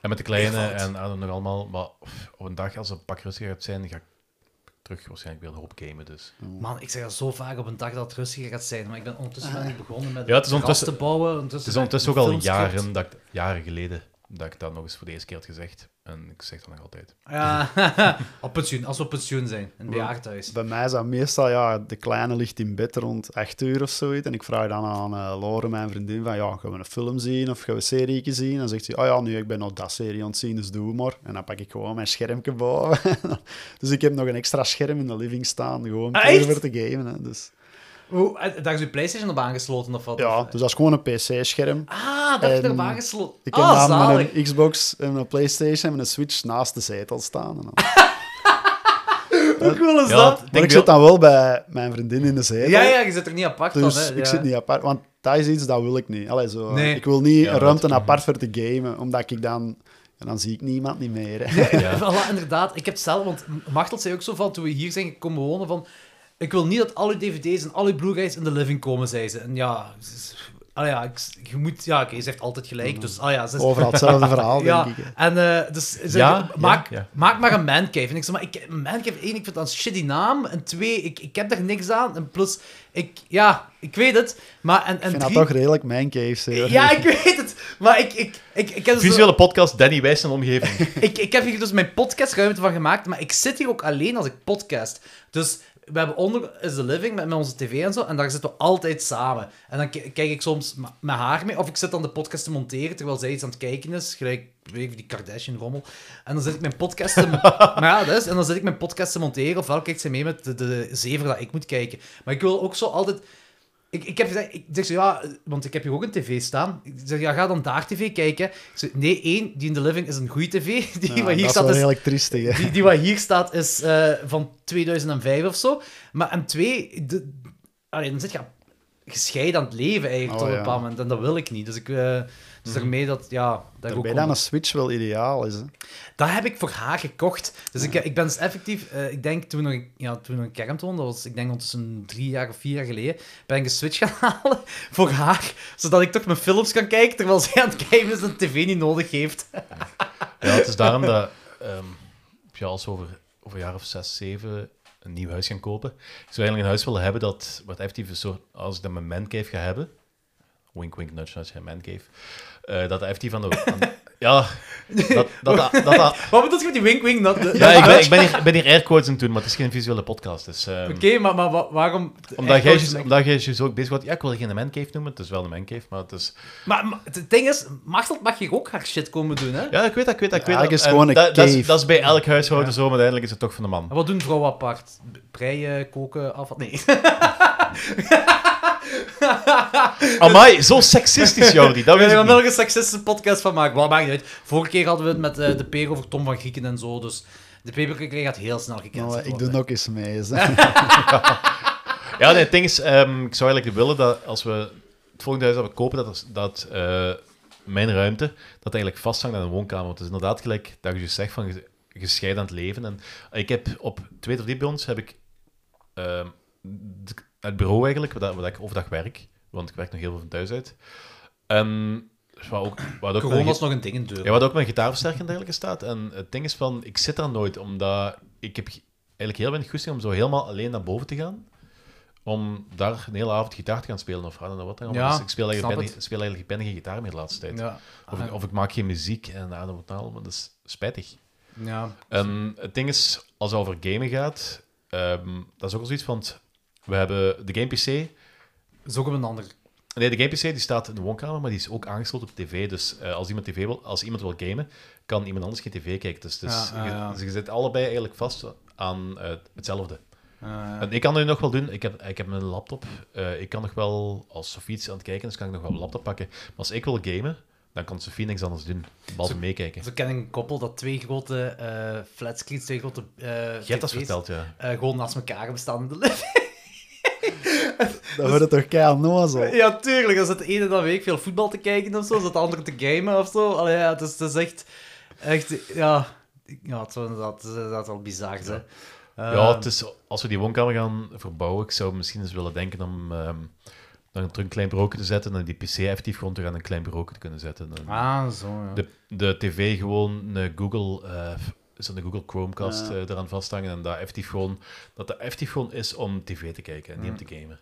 En met de kleine Meervoud. en Adam nog allemaal. Maar pff, op een dag, als het een pak rustiger gaat zijn, ga ik terug waarschijnlijk weer een hoop gamen. Dus. Man, ik zeg dat zo vaak op een dag dat het rustiger gaat zijn, maar ik ben ondertussen Ah. wel niet begonnen met Ja, het is een terras ondertussen- te bouwen. Het is ondertussen ook al filmscript. jaren, dat ik, jaren geleden dat ik dat nog eens voor de eerste keer had gezegd. En ik zeg dat nog altijd. Ja, op pensioen, als we op pensioen zijn, in het Ja. bejaardentehuis. Bij mij is dat meestal, ja, de kleine ligt in bed rond 8 uur of zoiets. En ik vraag dan aan eh Lore, mijn vriendin, van ja, gaan we een film zien of gaan we een serie zien? En dan zegt ze, oh ja, nu ik ben nog dat serie aan het zien, dus doe maar. En dan pak ik gewoon mijn schermpje boven. dus ik heb nog een extra scherm in de living staan, gewoon Ah, puur echt? voor te gamen. Hè. Dus, Oeh, en eh, daar is uw PlayStation op aangesloten of wat? ja, Of- dus dat is gewoon een PC-scherm. Ah, daar heb je En erop aangesloten. Ik heb ah, dan zalig. met een Xbox en een PlayStation en een Switch naast de zetel staan. En dan- Ah, Hoe cool is Ja, dat? ik Maar denk wel- ik zit dan wel bij mijn vriendin in de zetel. Ja, ja, je zit er niet apart Dus van, hè. ik ja. zit niet apart. Want dat is iets dat wil ik niet. Allee, zo, Nee. Ik wil niet Ja, een dat- ruimte apart voor te gamen, omdat ik dan... En dan zie ik niemand niet meer. hè. Ja. Voilà, inderdaad. Ik heb het zelf, want Machtel zei ook zo van toen we hier zijn gekomen wonen: van ik wil niet dat al uw DVD's en al uw Blu-rays in de living komen, zei ze. En ja, ze is- ah ja, ik, je moet, ja, oké, ze heeft altijd gelijk. Dus ah ja, ze is- Mm. Overal hetzelfde verhaal, ja, denk ik. hè. en eh, dus ze Ja, zei, ja, maak, ja. maak maar een mancave. En ik zei, maar ik, mancave, één, ik vind dat een shitty naam. En twee, ik, ik heb daar niks aan. En plus, ik, ja, ik weet het. Maar, en, en Ik vind drie, dat toch redelijk mijn cave. zeg. Ja, ik weet het. Maar ik, ik, ik, ik heb dus zo- Visuele podcast, Danny Wijs en omgeving. ik, ik heb hier dus mijn podcastruimte van gemaakt, maar ik zit hier ook alleen als ik podcast. Dus we hebben onder is de living met, met onze tv en zo, en daar zitten we altijd samen. En dan ki- kijk ik soms m- met haar mee, of ik zit dan de podcast te monteren terwijl zij iets aan het kijken is, gelijk weet ik, die Kardashian-rommel. En dan zit ik mijn podcast te... maar ja, dat is, en dan zit ik mijn podcast te monteren, ofwel kijkt zij mee met de, de zever dat ik moet kijken. Maar ik wil ook zo altijd... Ik, ik heb gezegd, ik zeg zo, ja, want ik heb hier ook een tv staan. Ik zeg, ja, ga dan daar tv kijken. Ik zeg, nee, één, die in de living is een goede tv. Die, Ja, wat hier dat is staat, dus wel is, redelijk triestig. hè. die, die wat hier staat is eh, van 2005 of zo. Maar en twee, de, allee, dan zit je gescheiden aan het leven eigenlijk Oh, tot op ja. een bepaald moment. En dat wil ik niet. Dus ik... eh dus Mhm. daarmee dat, ja... Dat, ik ook Daarbij gewoon- dan een Switch wel ideaal is. Hè. dat heb ik voor haar gekocht. Dus ik, ik ben dus effectief, eh, ik denk toen nog, ja, toen nog in Kermt woonde, dat was ik denk ondertussen drie jaar of vier jaar geleden, ben ik een Switch gaan halen voor haar, zodat ik toch mijn films kan kijken, terwijl zij aan het kijken is en de tv niet nodig heeft. Ja, het is daarom dat ehm ja, als we over, over een jaar of zes, zeven een nieuw huis gaan kopen, ik zou eigenlijk een huis willen hebben dat wat effectief een soort, als ik dan mijn mancave ga hebben, wink wink nudge nudge, mancave, eh dat effectief van de... aan- ja, dat... dat, dat, dat Wat bedoel je met die wink-wink? dat- de- ja, ik ben, ik ben hier, ik ben hier airquotes aan het doen, maar het is geen visuele podcast, dus... ehm, Oké, maar, maar wa- waarom... Omdat jij, Eigenlijk- je- omdat jij je zo ook bezig wordt. Ja, ik wil het geen mancave noemen. Het is wel een mancave, maar het is... Maar, maar het ding is, Machteld mag hier ook haar shit komen doen, hè? Ja, ik weet dat, ik weet dat, ik weet dat. Eigenlijk is het En gewoon een dat, dat is, cave. dat is bij elk huishouden zo, maar uiteindelijk is het toch van de man. En wat doen vrouwen apart? B- Breien, koken, afval... Nee. Amai, zo seksistisch, Jordi. Dat We weet ik gaan niet. wel een seksistische podcast van maken. Maar dat maakt niet uit. Vorige keer hadden we het met eh, de peer over Tom van Grieken en zo. Dus de peperkreeg gaat heel snel gecanceld Nou, eh, ik doe worden. nog eens mee. Zeg. Ja, nee, het ding is, ehm, ik zou eigenlijk willen dat als we het volgende huis dat we kopen, dat, er- dat eh, mijn ruimte, dat eigenlijk vasthangt aan de woonkamer. Want het is inderdaad gelijk dat je zegt van ge- gescheiden aan het leven. En ik heb op twee of drie bij ons heb ik ehm, d- het bureau eigenlijk, waar, dat- waar ik overdag werk, want ik werk nog heel veel van thuis uit. En wat ook, wat ook Corona is nog een ding in de deur. Ja, wat ook mijn gitaarversterker en dergelijke staat. En het ding is van, ik zit daar nooit, omdat ik heb ge- eigenlijk heel weinig goesting om zo helemaal alleen naar boven te gaan. Om daar een hele avond gitaar te gaan spelen of aan en wat dan ook. Ja, dus ik speel snap eigenlijk, bijna, het. ik speel eigenlijk bijna geen gitaar meer de laatste tijd. Ja. Ah. Of, ik, of ik maak geen muziek en adem wat nou, maar dat is spijtig. ja. Ehm, het ding is, als het over gamen gaat, ehm, dat is ook al zoiets van, we hebben de Game PC, Dat is ook op een ander. Nee, de gamepc die staat in de woonkamer, maar die is ook aangesloten op tv. Dus eh, als, iemand TV wil, als iemand wil gamen, kan iemand anders geen tv kijken. Dus, dus Ja, ja, ja. Je, dus je zit allebei eigenlijk vast aan eh, hetzelfde. Eh, En ik kan nu nog wel doen, ik heb, ik heb mijn laptop. eh, ik kan nog wel, als Sofie iets aan het kijken is, kan ik nog wel mijn laptop pakken. Maar als ik wil gamen, dan kan Sofie niks anders doen, behalve meekijken. Ze kennen een koppel dat twee grote eh flatscreens, twee grote... eh Je hebt dat TV's, verteld, ja. eh, gewoon naast elkaar bestaan in de living. Dat wordt het toch keihard nozel. Ja, tuurlijk. Als het de ene dan week veel voetbal te kijken of zo, is het de andere te gamen of zo. Allee, ja, het, is, het is echt, echt, ja, ja, het is inderdaad, het is inderdaad wel bizar. Hè. Ehm. ja, het is, als we die woonkamer gaan verbouwen, ik zou misschien eens willen denken om ehm dan terug een klein bureau te zetten en die PC effectief gewoon terug aan een klein bureau te kunnen zetten. En- Ah, zo, ja. de, de tv gewoon een Google, eh, is dat een Google Chromecast Ja. eh, eraan vasthangen en dat effectief gewoon, dat de effectief gewoon is om tv te kijken en niet om te gamen.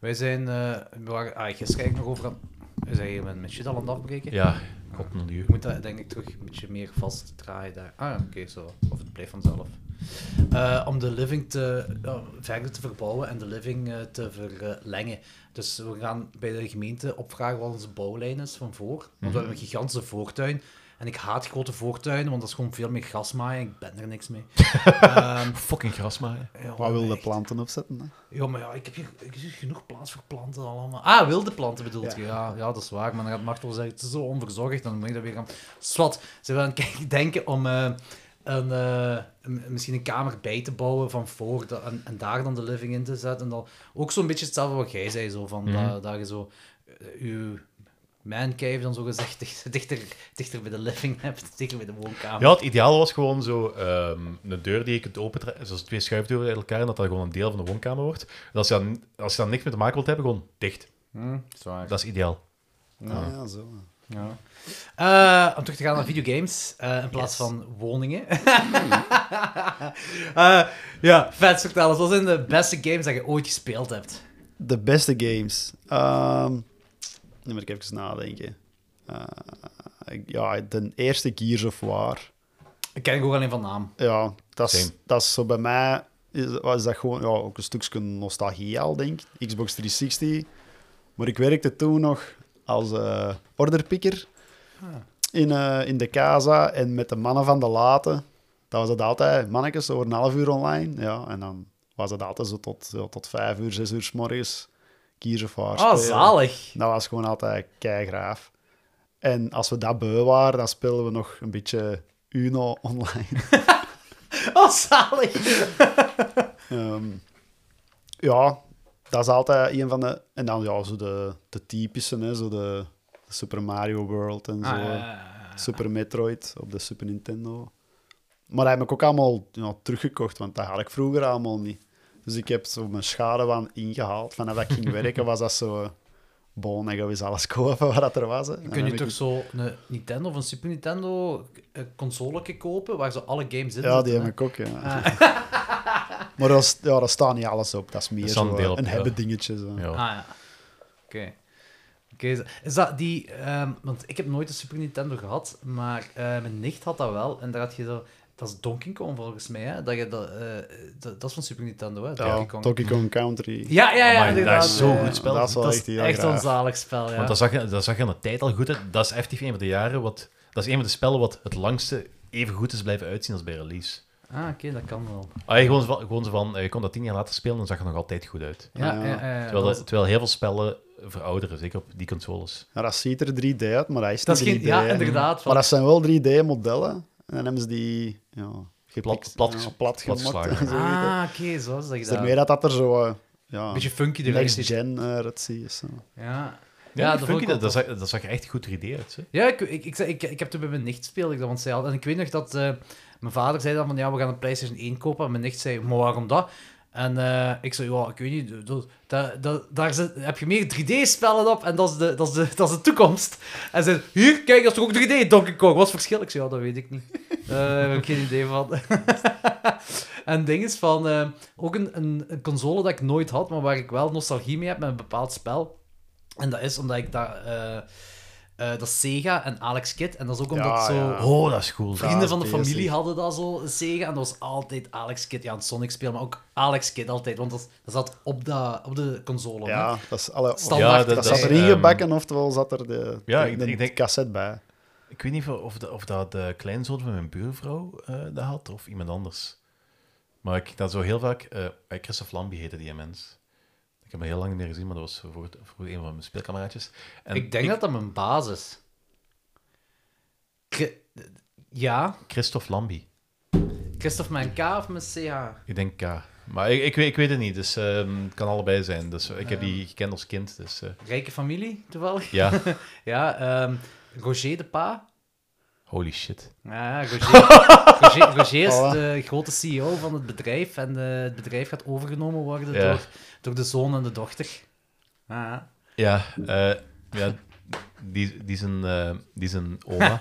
Wij zijn, eh, we waren ah, gisteren eigenlijk nog over aan... We zijn hier met mijn shit al aan het afbreken. Ja, god een uur. Ik moet dat denk ik terug een beetje meer vastdraaien daar. Ah, ja, oké, zo. Of het blijft vanzelf. Eh, om de living te, ja, verder te verbouwen en de living eh, te verlengen. Dus we gaan bij de gemeente opvragen wat onze bouwlijn is van voor. Want Mhm. we hebben een gigantische voortuin. En ik haat grote voortuinen, want dat is gewoon veel meer grasmaaien. Ik ben er niks mee. Ehm, oh, Fucking grasmaaien. ja, Wat wil de echt. planten opzetten? Hè? Ja, maar ja, ik heb hier, ik heb hier genoeg plaats voor planten allemaal. Ah, wilde planten bedoelt je? Ja, ja, dat is waar. Maar dan gaat Martel zeggen, het is zo onverzorgd. Dan moet ik dat weer gaan... Swat, ze willen kijken, denken om eh, een, eh, een- misschien een kamer bij te bouwen van voor de- en, en daar dan de living in te zetten. En dan ook zo'n beetje hetzelfde wat jij zei, zo, van, Mhm. dat, dat je zo eh, je mancave dan zo gezegd dicht- dichter, dichter bij de living hebt, dichter bij de woonkamer. Ja, het ideaal was gewoon zo ehm, een deur die je kunt opentrekken, zoals twee schuifdeuren uit elkaar, en dat dat gewoon een deel van de woonkamer wordt. En als je dan, als je dan niks meer te maken wilt hebben, gewoon dicht. Hm, zwaar. Dat is ideaal. Ah, ja, zo. Ja. Eh, om terug te gaan naar videogames eh, in plaats van woningen. Eh, ja, vet vertel eens. Wat zijn de beste games dat je ooit gespeeld hebt? De beste games. Ehm, nu moet ik even nadenken. Eh, ik- ja, de eerste Gears of War. Ik ken ik ook alleen van naam. Ja, dat is, Same. dat is zo bij mij. Is, was dat gewoon ja, ook een stukje nostalgie al, denk ik. Xbox 360. Maar ik werkte toen nog als eh, orderpicker in, eh, in de Casa en met de mannen van de Laten. Dat was het altijd, mannetjes, over een half uur online. Ja, en dan was het altijd zo tot, ja, tot vijf uur, zes uur s morgens. Gears of War Oh, spelen. zalig. Dat was gewoon altijd keigraaf. En als we dat beu waren, dan speelden we nog een beetje Uno online. Oh, zalig. Ehm, ja, dat is altijd een van de... En dan ja, zo de, de typische, hè, zo de, de Super Mario World Ah, en zo. Super Metroid op de Super Nintendo. Maar dat heb ik ook allemaal ja, teruggekocht, want dat had ik vroeger allemaal niet. Dus ik heb zo mijn schade van ingehaald. Vanaf dat ik ging werken was dat zo eh, Bon, en gaan we eens alles kopen wat er was. hè. En Kun heb je ik- toch zo een Nintendo of een Super Nintendo eh, consoleke kopen waar zo alle games in zitten? Ja, die hè? Ah. heb ik ook, ja. maar dat, is- ja, daar staat niet alles op. Dat is meer Er staat een zo, deel op, een ja. hebben dingetje. Zo. Ja. Ah ja. Oké. Oké, zo- is dat die... ehm, want ik heb nooit een Super Nintendo gehad, maar eh, mijn nicht had dat wel. En daar had je zo... Dat is Donkey Kong volgens mij, hè? Dat, je dat, eh, dat, dat is van Super Nintendo, hè? Ja, Donkey Kong. Donkey Kong Country. Ja, ja, ja. Amai, dat inderdaad, is zo'n ja. goed spel. Dat is wel Dat echt is heel echt graag. een zalig spel, ja. Want dat zag, je, dat zag je aan de tijd al goed uit. Dat is effectief een van de jaren wat... Dat is een van de spellen wat het langste even goed is blijven uitzien als bij release. Ah, oké, dat kan wel. Ah, je gewoon, zo van- gewoon zo van, eh, je kon dat tien jaar later spelen en dan zag het nog altijd goed uit. Ja, ja, Ja. ja, ja. Terwijl, dat, dat- terwijl heel veel spellen verouderen, zeker op die consoles. Ja, dat ziet er 3D uit, maar dat is dat is niet geen... 3D. Ja, hè. inderdaad. Maar Van, dat zijn wel 3D-modellen. En dan hebben ze die ja, gepixeld- plat ges- ja, plat plat gemaakt. geslagen. zo weet het. ah, oké, zo zag je Het is dat. ermee dat dat er zo... eh, Ja, beetje funky eruit ziet. next-gen eh dat zie je. Zo. Ja. Ja, Ja, die dat Funky, vond ik dat, ook dat, zag, dat zag er echt goed 3D uit. Hè? Ja, ik, ik, ik, zei- ik, ik heb toen bij mijn nicht speelde ik dat, want zij had... En ik weet nog dat eh, mijn vader zei dan van, ja, we gaan een PlayStation 1 kopen. En mijn nicht zei, maar waarom dat? En eh, ik zei, ja, ik weet niet, dat, dat, dat- daar zit- heb je meer 3D-spellen op en dat is, de, dat, is de, dat is de toekomst. En ze zei, hier, kijk, dat is toch ook 3D, Donkey Kong? Wat is het verschil? Ik zei, ja, dat weet ik niet. Eh, Daar heb ik geen idee van. en ding is van, eh, ook een, een, een console dat ik nooit had, maar waar ik wel nostalgie mee heb met een bepaald spel. En dat is omdat ik dat... eh, eh, dat is Sega en Alex Kidd. En dat is ook omdat Ja, zo... ja. Oh, dat is cool. zeg. Vrienden Ja, van de speelsel. familie hadden dat zo, een Sega. En dat was altijd Alex Kid. Ja, een Sonic speel, maar ook Alex Kid altijd. Want dat, dat zat op, dat, op de console. hè. Ja, dat is... Alle, Standaard. Oh, Ja, ehm, dat dat is, zat erin gebakken, oftewel zat er de, Ja, de- ik- de ik denk- cassette bij. ehm, Ik weet niet of, of, dat- of dat de kleinzoon van mijn buurvrouw eh, dat had, of iemand anders. Maar ik dat zo heel vaak... eh Christophe Lambi heette die mens. Ik heb hem heel lang niet meer gezien, maar dat was voor, voor een van mijn speelkameraadjes. En Ik denk dat dat mijn basis. Chri- ja, Christophe Lambi. Christophe mijn K of mijn CH? Ik denk K. Maar ik, ik, weet- ik weet het niet, dus ehm, het kan allebei zijn. Dus, ik heb Ehm. die gekend als kind, dus... eh, Rijke familie, toevallig. ja, Ja, ehm, Roger de Pa. holy shit. Ja, Roger, Roger, Roger is Voilà. de grote CEO van het bedrijf. En eh, het bedrijf gaat overgenomen worden Ja. door, door de zoon en de dochter. Ah. Ja, eh, ja die, die, zijn, eh, die zijn oma,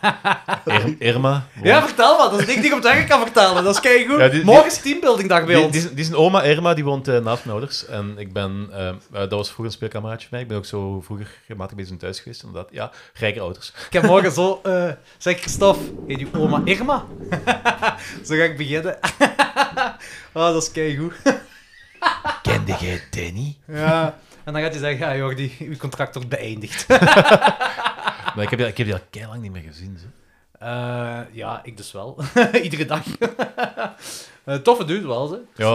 Ir- Irma. woont- Ja, vertel maar. Dat is een ding die ik op het werk kan vertellen. Dat is keigoed. goed. Ja, die- Morgen is teambuildingdag bij Die, ons. die, zijn- die zijn oma Irma, die woont eh, naast mijn ouders. En ik ben, eh, eh, dat was vroeger een speelkameraadje van mij. Ik ben ook zo vroeger gematigd bij zijn thuis geweest. Omdat, ja, rijke ouders. Ik heb morgen zo... eh zeg, Christophe, heet je oma Irma? zo ga ik beginnen. oh, dat is keigoed. Kende jij Danny? Ja. En dan gaat hij zeggen, ja Jordi, uw contract wordt beëindigd. Maar ik heb, die- ik heb die al keilang niet meer gezien. Zo. Eh, ja, ik dus wel. Iedere dag. Eh, toffe dude wel, ze. Ja.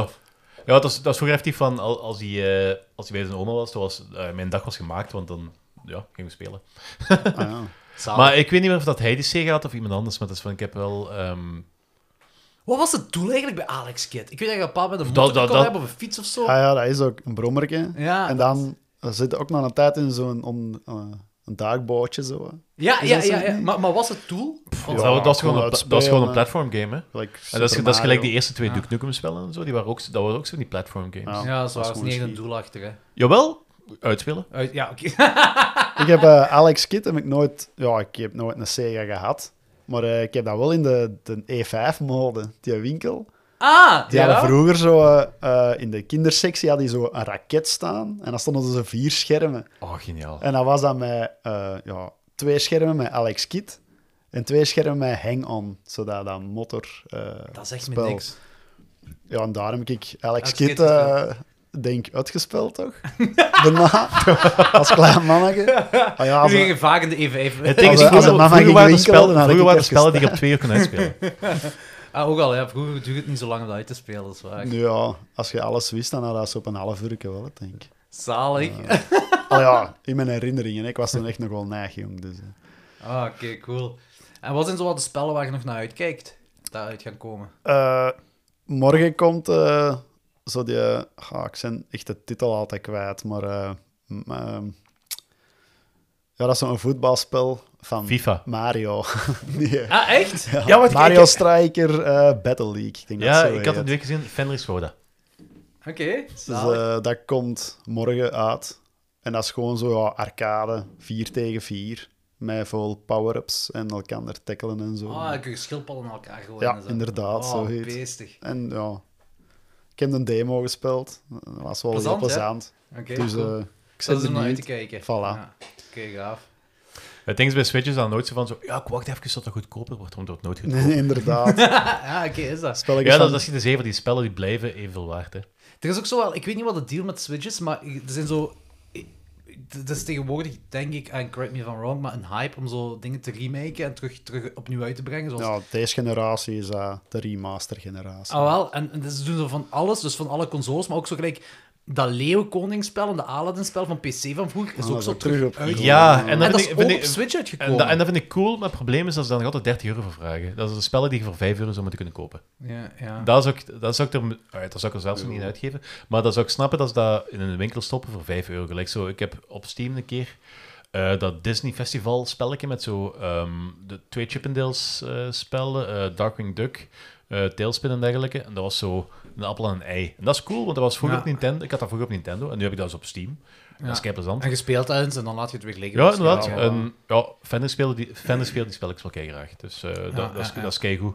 Ja, dat is, dat is vroeger effectief van, al- als hij, eh, als hij bij zijn oma was, dat was eh, mijn dag was gemaakt, want dan ja, gingen we spelen. Ah, ja. Zalig. Maar ik weet niet meer of dat hij die Sega had of iemand anders, maar dat is van, ik heb wel... ehm, Wat was het doel eigenlijk bij Alex Kid? Ik weet dat je een paar met een Dat- motor dat- kon dat- hebben of een fiets of zo. Ah ja, dat is ook een brommerke. Ja, en dan er zit ook nog een tijd in zo'n on- eh, een duikbootje, zo. hè. ja, Is ja, dat ja, zo? ja. Maar, maar was het doel? Want Ja, dat, was- dat is gewoon kon een, pla- uitspelen. dat is gewoon een platform game, hè? Like En dat, is, Super dat is gelijk die Mario. eerste twee Ja. Duke Nukem spellen en zo, die waren ook, dat waren ook zo die platform games. Ja. Ja, dat is waar. dat Dat is is niet echt een gewoon doel achter, hè. Jawel, uitspelen. Uit- ja, oké. Ik heb eh, Alex Kidd heb ik nooit... Ja, ik heb nooit een Sega gehad. Maar eh, ik heb dat wel in de, de E5-mode, die winkel. Ah, Die hadden vroeger zo... eh, eh, in de kindersectie hadden die zo een raket staan. En dan stonden er zo vier schermen. Oh, geniaal. En dat was dan met... eh, ja, twee schermen met Alex Kidd. En twee schermen met Hang On. Zodat dat motor... eh, Dat zegt me spel. niks. Ja, en daarom heb ik Alex Alex Kidd Kidd, eh, denk uitgespeeld, toch? Daarna, als klein mannetje. Ah ja, We als een- gingen vaak in de E even Het ding is, Als- als vroeger, een mama vroeger ging waren er winkelen, spel- dan had ik vroeger waren er het spellen die je op twee uur kon uitspelen. Ah, ook al, ja. Vroeger duurde het niet zo lang om dat uit te spelen, dat is waar. nou ja, als je alles wist, dan had dat zo op een half uur wel, ik denk ik. Zalig. Al ja, in mijn herinneringen. hè. Ik was toen echt nog wel neig, jong. Dus, eh. Ah, oké, cool. En wat zijn zo wat de spellen waar je nog naar uitkijkt? Daaruit gaan komen. Eh, morgen komt eh, zo die... ah, ik ben echt de titel altijd kwijt, maar... eh, m- ehm, ja, dat is zo'n voetbalspel van... FIFA. Mario. nee. Ah, echt? Ja, want ik- Mario ik- Striker eh, Battle League. Ik denk Ja, dat zo ik had het heet. week gezien, Fenris Roda. Oké, Dus, zalig. eh, dat komt morgen uit. En dat is gewoon zo ja, arcade, 4 tegen 4. Met veel power-ups en elkaar tackelen en zo. Ah, dan kun je schildpadden aan elkaar gooien. eh, Ja, en zo. inderdaad, Oh, zo heet. beestig. En ja, ik heb een demo gespeeld. Dat was wel Plezant, heel hè? plezant. Oké, dus cool. eh, ik dat zit is om naar uit te benieuwd. kijken. Voilà. Ja. Oké, gaaf. Het ding is bij Switch is dan nooit zo van zo... Ja, ik wacht even tot dat goedkoper wordt, omdat het nooit goedkoper Nee, inderdaad. ja, Ah, oké, is dat. Spelletjes Ja, dat, van- dat is de zeven. Die spellen die blijven evenveel waard, hè. Er is ook zo wel, ik weet niet wat de deal met Switch is, maar er zijn zo. Dat is tegenwoordig, denk ik, en correct me if I'm wrong, maar een hype om zo dingen te remaken en terug, terug opnieuw uit te brengen. Zoals... Ja, deze generatie is eh, de remaster-generatie. Ah, wel, en, en dus ze doen zo van alles, dus van alle consoles, maar ook zo gelijk dat Leeuwenkoningsspel en de Aladdin-spel van PC van vroeger is Ah, ook dat zo is ook terug, terug op- uit. Ja, Ja, en En, dan dat vind is ik, ook vind ik- op Switch uitgekomen. en, dat, en dat vind ik cool, maar het probleem is dat ze dan nog altijd 30 euro voor vragen. Dat is een spellen die je voor 5 euro zou moeten kunnen kopen. Ja, ja. Dat zou ik, dat zou ik, er, alright, dat zou ik er zelfs nog niet in uitgeven. Maar dat zou ik snappen dat ze dat in een winkel stoppen voor 5 euro. Gelijk zo, ik heb op Steam een keer eh, dat Disney Festival spelletje met zo ehm, de twee Chippendales eh spellen, eh, Darkwing Duck, eh Tailspin en dergelijke. En dat was zo een appel en een ei. En dat is cool, want dat was vroeger Ja. op Nintendo. Ik had dat vroeger op Nintendo en nu heb ik dat dus op Steam. En Dat is Ja. kei plezant. En gespeeld eens en dan laat je het weer liggen. Dus Ja, misschien wel. inderdaad. eh, En, ja. ja, Fender speelt die, Fender speelt die spelletjes wel kei graag. Dus eh, dat, dat is, ja, ja. dat is kei goed.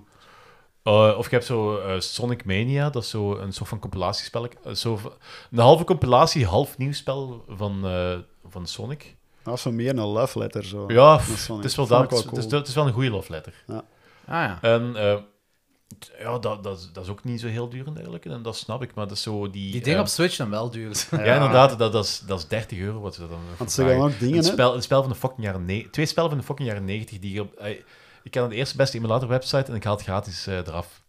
Eh, of je hebt zo eh, Sonic Mania, dat is zo een soort van compilatiespelletje. Eh, zo van- een halve compilatie, half nieuw spel van, eh, van Sonic. Dat was voor meer een love letter. Zo. Ja, Dat pff, is wel- het is wel, vond dat, ik wel het is- cool. het is wel een goede love letter. Ah ja. En eh, t- ja, dat, dat, is- dat is ook niet zo heel duur en dergelijke. En dat snap ik, maar dat is zo die... Die dingen eh, op Switch dan wel duur. ja, inderdaad, dat, dat, is, dat is 30 euro wat ze dat dan voor Want ze vragen. gaan ook dingen, Een hè? spel, een spel van de fucking jaren ne- Twee spellen van de fucking jaren 90 die je op... eh, ik ken de eerste beste emulator website en ik haal het gratis eh, eraf.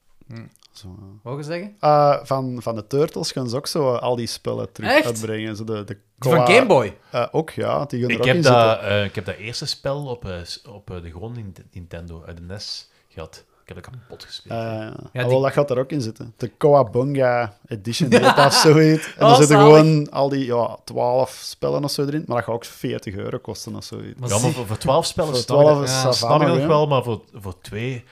Zo, ja. Mogen zeggen? Eh, van, van de Turtles gaan ze ook zo eh, al die spellen terug Echt? uitbrengen. Zo de, de Die van Koa- Game Boy. Eh, ook, ja. Die gaan er Ik ook heb, in dat, zitten. eh, ik heb dat eerste spel op, eh, s- op eh, de gewone Nint- Nintendo, uit de NES, gehad. Ik heb dat kapot gespeeld. Eh, Ja, ah, wel, die- dat gaat er ook in zitten. De Coabunga Edition heet dat of zoiets. En Oh, daar zitten zalig. gewoon al die ja, 12 spellen of zo erin. Maar dat gaat ook 40 euro kosten of zoiets. Maar ja, maar zie- voor, voor 12 spellen Voor snap ik dat- 12 is ja, Savannah, snap ik dat nog hè. wel, maar voor, voor twee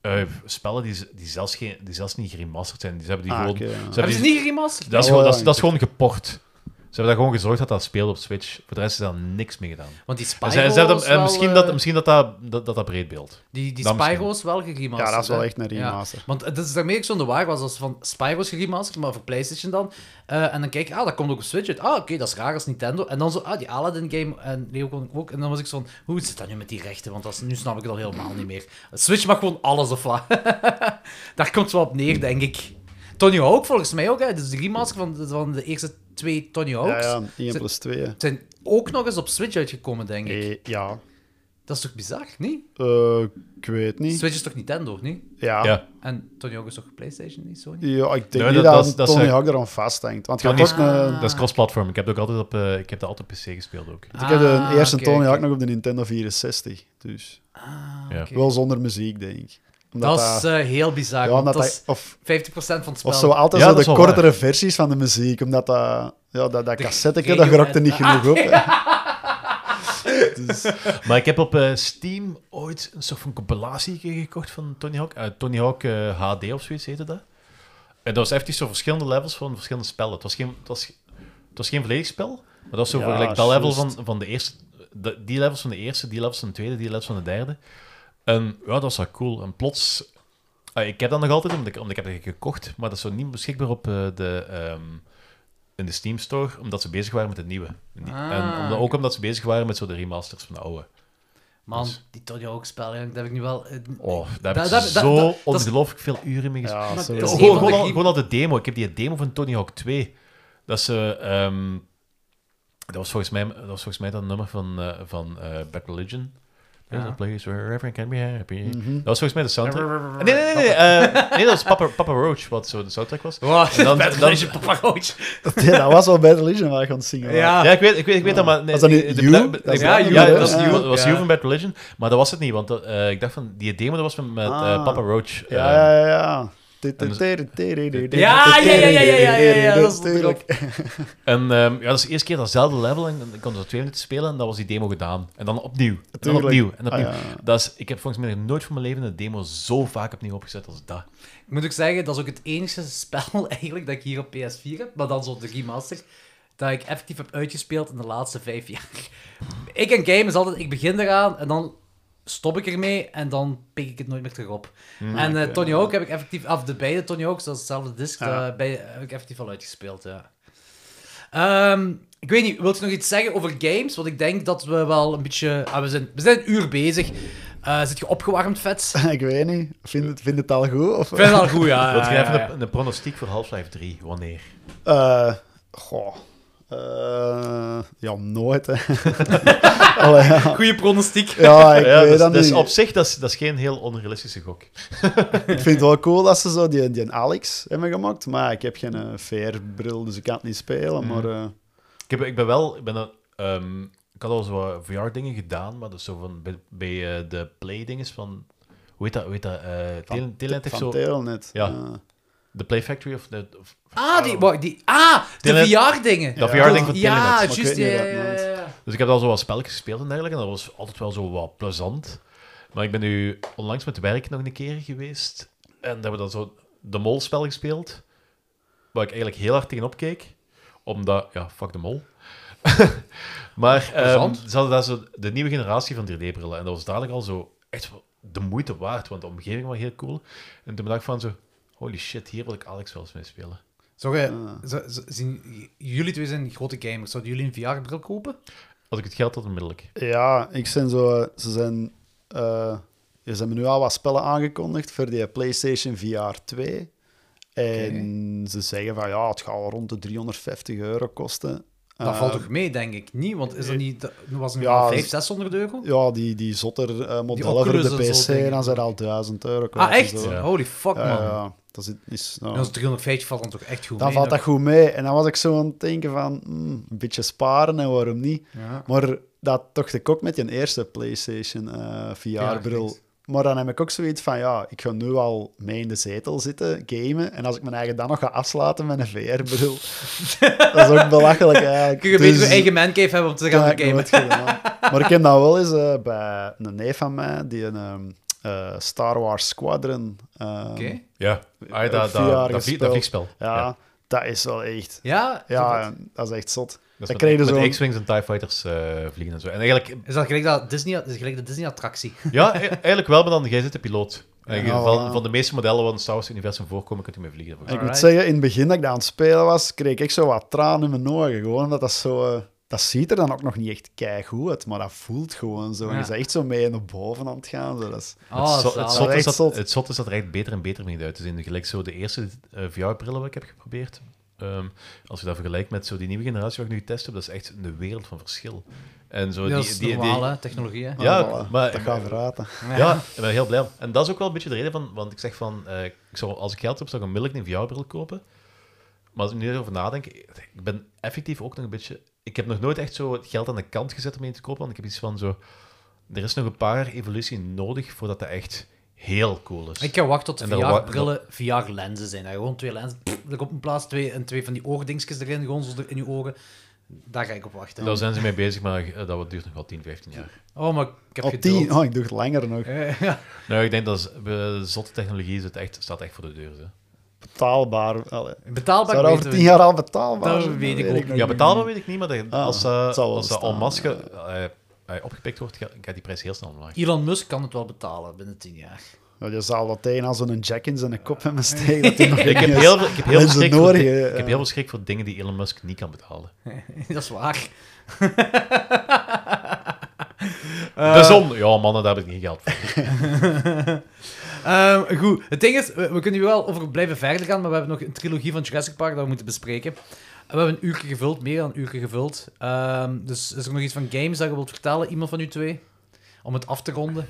eh, spellen die, z- die, zelfs geen, die zelfs niet geremasterd zijn, die ze hebben die Ah, gewoon... oké, ja. ze hebben Hebben die- ze niet geremasterd? Dat is, Oh, gewoon, ja, dat, is, dat is gewoon geport. Ze hebben daar gewoon gezorgd dat dat speelde op Switch. Voor de rest is daar niks mee gedaan. Want die En Spyro ze, ze hebben, is en wel, misschien, eh, dat, misschien dat dat, dat, dat, dat breedbeeld. Die, die Dan Spyro misschien. is wel geremasterd. Ja, dat is wel hè? echt een remaster. Ja. Want het is daarmee ik zo in de waar was, als van Spyro is geremasterd, maar voor PlayStation dan. Eh, en dan kijk ik, ah, dat komt ook op Switch uit. Ah, oké, dat is raar als Nintendo. En dan zo, ah, die Aladdin-game en Leo kon ik ook. En dan was ik zo van, hoe zit dat nu met die rechten? Want dat is, nu snap ik het al helemaal niet meer. Switch mag gewoon alles of wat. Daar komt het wel op neer, denk ik. Tony Hawk volgens mij ook, hè. Dus de remaster van, de- van de eerste twee Tony Ja, Hawks ja, 1 Ze- plus 2. hè. zijn ook nog eens op Switch uitgekomen, denk ik. Eh, ja, Dat is toch bizar, niet? Eh, ik weet niet. Switch is toch Nintendo, niet? Ja, ja. Ja. En Tony Hawk is toch PlayStation, niet Sony? ik denk Nee, dat- niet dat, dat is- dat is, Tony eh, Hawk eraan vasthangt. Want je Tony had ook eh, is- een... Ah. Dat is cross-platform. Ik heb dat ook altijd op, eh, ik heb dat altijd op PC gespeeld ook. Ik heb de Ah, eerste oké, Tony Hawk oké. nog op de Nintendo 64. Dus Ah, Ja. oké. wel zonder muziek, denk ik. Omdat Dat is eh, heel bizar. ja, want omdat dat dat- is of, 50% van het spel. of zo altijd Ja, zo dat is de wel kortere versies van de muziek. Omdat dat, ja, dat, dat cassetteke, dat radio- grokte niet genoeg op. hè. dus, Maar ik heb op eh, Steam ooit een soort van compilatie gekocht van Tony Hawk. Eh, Tony Hawk eh, HD of zoiets heette dat. En dat was effectief zo verschillende levels van verschillende spellen. Het was geen, het was, het was geen volledig spel, maar dat was zo Ja, voor gelijk dat level juist. van, van de eerste... de- die levels van de eerste, die levels van de tweede, die levels van de derde. En ja, dat was wel cool. En plots... ah, ik heb dat nog altijd, omdat ik, omdat ik heb dat gekocht, maar dat is zo niet beschikbaar op eh, de... ehm, in de Steam Store, omdat ze bezig waren met het nieuwe. En die- Ah, en omdat- ook omdat ze bezig waren met zo de remasters van de oude. Man, die Tony Hawk spel, ja, dat heb ik nu wel... eh, Oh, daar heb Dat- dat- ik dat- zo dat- dat is- ongelooflijk veel uren mee gespeeld. ja, Maar zo. dat is een gewoon, van gewoon, de al, grie- gewoon al de demo. Ik heb die demo van Tony Hawk 2. Dat ze... ehm, dat, was volgens mij, dat was volgens mij dat nummer van, eh, van eh, Bad Religion. There's Ja. a place where everyone can be happy. Mhm. Dat was volgens mij de soundtrack. Nee, nee, nee. Nee, eh, nee dat was Papa, Papa Roach, wat zo de soundtrack was. Wow, En dan- Bad dan- Religion, Papa Roach. Ja, dat was wel bij Religion waar ik aan het zingen was. Ja. Ja, ik weet, ik weet, ik weet dat, maar... Nee, Was dat niet de- de- You? de- Dat is ja, wel You, een ja, nummer, dat was hè? You, Ah. Ja. dat was Ja. You van Bad Religion. Maar dat was het niet, want dat, eh, ik dacht van... Die demo, dat was van met eh, Ah. Papa Roach. eh, Ja, ja, ja. En- dus- Ja, ja, ja, ja, ja, ja, ja, ja, dat is natuurlijk. En ehm, ja, dat is de eerste keer datzelfde level. En ik kon er zo twee minuten spelen en dat was die demo gedaan. En dan opnieuw. En dan Tuurlijk. opnieuw. En Ah, opnieuw. ja. dat is, ik heb volgens mij nog nooit van mijn leven een demo zo vaak opnieuw opgezet als dat. Ik moet ook zeggen, dat is ook het enige spel eigenlijk dat ik hier op PS4 heb, maar dan zo de remaster. dat ik effectief heb uitgespeeld in de laatste vijf jaar. Ik en game is altijd, ik begin eraan en dan stop ik ermee en dan pik ik het nooit meer terug op. en eh, oké. Tony Hawk heb ik effectief, af de beide Tony Hawks, dat is hetzelfde disc, Ja. daar bij, heb ik effectief al uitgespeeld, ja. Ehm, ik weet niet, wilt je nog iets zeggen over games? Want ik denk dat we wel een beetje... ah, we, zijn, we zijn een uur bezig. Eh, zit je opgewarmd, vet? Ik ik weet niet. Vind het, vind het al goed? Of, vind het al goed, ja. Wilt je ja, ja, even ja. een, een pronostiek voor Half-Life 3? Wanneer? Eh, goh. Eh, ja, nooit, hè. Allee, ja. Goeie pronostiek. Ja, ik ja, weet dus, dat dus niet. op zich, dat is, dat is geen heel onrealistische gok. Ik vind het wel cool dat ze zo die, die Alex hebben gemaakt, maar ik heb geen eh, VR-bril, dus ik kan het niet Mm. spelen. Maar eh, Ik, heb, ik ben wel... Ik, ben er, ehm, ik had al zo wat VR-dingen gedaan, maar dat is zo van... Bij, bij, eh, de Play-dingen van... Hoe heet dat? Hoe heet dat? eh Tele- Telenet heeft van zo... Telnet. Ja. eh. De Play Factory of... De, of Ah, die, wa- die, ah, de Telenet. VR-dingen. dat Ja. VR-ding van Ja, Telenet. ik juist. Ja, weet niet ja, wat het ja, nou ja. Dus ik heb al zo wat spelletjes gespeeld en dergelijke. En dat was altijd wel zo wat plezant. Maar ik ben nu onlangs met werk nog een keer geweest. En daar hebben we dan zo de mol-spel gespeeld. Waar ik eigenlijk heel hard tegenop keek. Omdat, ja, fuck de mol. maar ehm Plezant. ze hadden daar zo de nieuwe generatie van 3D-brillen. En dat was dadelijk al zo echt wel de moeite waard. Want de omgeving was heel cool. En toen dacht ik van zo... Holy shit, hier wil ik Alex wel eens mee spelen. Sorry, z- z- eh, zien, j- jullie twee zijn grote gamers. Zouden jullie een VR-bril kopen? Als ik het geld had, onmiddellijk. Ja, ik zijn zo. eh, Ze zijn. eh er zijn nu al wat spellen aangekondigd voor die PlayStation VR 2. En ze zeggen van ja, het gaat wel rond de 350 euro kosten. Dat Eh, valt toch mee, denk ik. Niet, want is dat niet... Dat was het nu Ja, al dat is- 500, 600 euro? Ja, die, die zotter eh, modellen Oculus voor en de zo PC, dingen. dan zijn er al 1000 euro. kwijt Ah, en echt? zo. Ja. Holy fuck, man. Ja, ja, dat is, is, nou, En als 350 valt dan toch echt goed dan mee. valt dat nog. goed mee. En dan was ik zo aan het denken van, hmm, een beetje sparen en waarom niet. Ja. Maar dat tocht ik ook met je eerste PlayStation eh, VR-bril. Ja, maar dan heb ik ook zoiets van, ja, ik ga nu al mee in de zetel zitten, gamen. En als ik mijn eigen dan nog ga afsluiten met een VR-bril, dat is ook belachelijk eigenlijk. Kun je een Dus beetje een eigen mancave hebben om te dat gaan heb ik gamen? nooit gedaan. Maar ik heb dat wel eens eh, bij een neef van mij, die een ehm, eh, Star Wars Squadron... ehm, Oké. Ja, ah, dat, dat, VR dat, vlie- gespeeld. dat vliegspel. Ja, dat is wel echt... Ja? Ja, Is dat is echt zot. Dat Dan is krijg met, je met zo'n- de X-Wings en TIE Fighters eh, vliegen en zo. En eigenlijk, dat- Is dat gelijk dat Disney, is dat gelijk de Disney-attractie? ja, e- eigenlijk wel, maar dan jij zit de piloot. En Ja, van, voilà. van de meeste modellen wat in het Star Wars universum voorkomen, kunt u mee vliegen. Ik volgens Ja. mij. moet Alright. zeggen, in het begin dat ik daar aan het spelen was, kreeg ik zo wat tranen in mijn ogen. Gewoon omdat dat zo... eh, Dat ziet er dan ook nog niet echt keigoed uit, maar dat voelt gewoon zo. En Ja. je bent echt zo mee naar boven aan het gaan. Zo. Dat is- Oh, het, zo- het, zalig. zot is Echt dat, zot. het zot is dat er echt beter en beter mee uit te zien. Gelijk zo de eerste VR-brillen wat ik heb geprobeerd. ehm, als je dat vergelijkt met zo die nieuwe generatie wat ik nu test heb, dat is echt een wereld van verschil. En zo Dat die, is die, normaal, hè? Technologie, hè? die- ja, Ah, voilà. maar Dat gaat vooruit. hè. Ja, ik ben heel blij om. En dat is ook wel een beetje de reden van, want ik zeg van, eh, ik zou, als ik geld heb, zou ik onmiddellijk een VR-bril kopen. Maar als ik nu erover nadenk, ik ben effectief ook nog een beetje, ik heb nog nooit echt zo het geld aan de kant gezet om een te kopen, want ik heb iets van zo, er is nog een paar evolutie nodig voordat dat echt heel cool is. Ik ga wachten tot En daar wa- VR-brillen VR-lenzen zijn. hè. Gewoon twee lenzen pff, er op een plaats, twee, en twee van die oordingsjes erin, gewoon zo er in je ogen. Daar ga ik op wachten. Daar zijn ze mee bezig, maar eh, dat duurt nog wel 10, 15 jaar. Oh, maar ik heb Al geduld. tien. Oh, ik doe het langer nog. Eh, ja. Nou, ik denk dat is- eh, zotte technologie is het echt, staat echt voor de deur. Hè. Betaalbaar. Allee. Betaalbaar Zou dat over weten tien jaar al betaalbaar Dat zijn? weet ik ook nog Ja, niet. betaalbaar weet ik niet, maar dat- Ah, als, eh, het zal wel als dat bestaan, en masse ge- eh, eh, opgepikt wordt, gaat gaat die prijs heel snel omlaag. we. Elon Musk kan het wel betalen binnen tien jaar. Ja, je zal dat tegen als een jack in zijn kop hebben steken. Dat hij nog Ik heb ergens- heel veel, ik heb heel veel Mensen schrik voor, nodig, di- hè, ik ja. eh. heb heel veel schrik voor dingen die Elon Musk niet kan betalen. dat is waar. Eh. de zon. Ja, mannen, daar heb ik geen geld voor. Ehm, goed, het ding is, we, we kunnen hier wel over blijven verder gaan, maar we hebben nog een trilogie van Jurassic Park dat we moeten bespreken. En we hebben een uurtje gevuld, meer dan een uurtje gevuld. Ehm, dus is er nog iets van games dat je wilt vertellen, iemand van u twee? Om het af te ronden?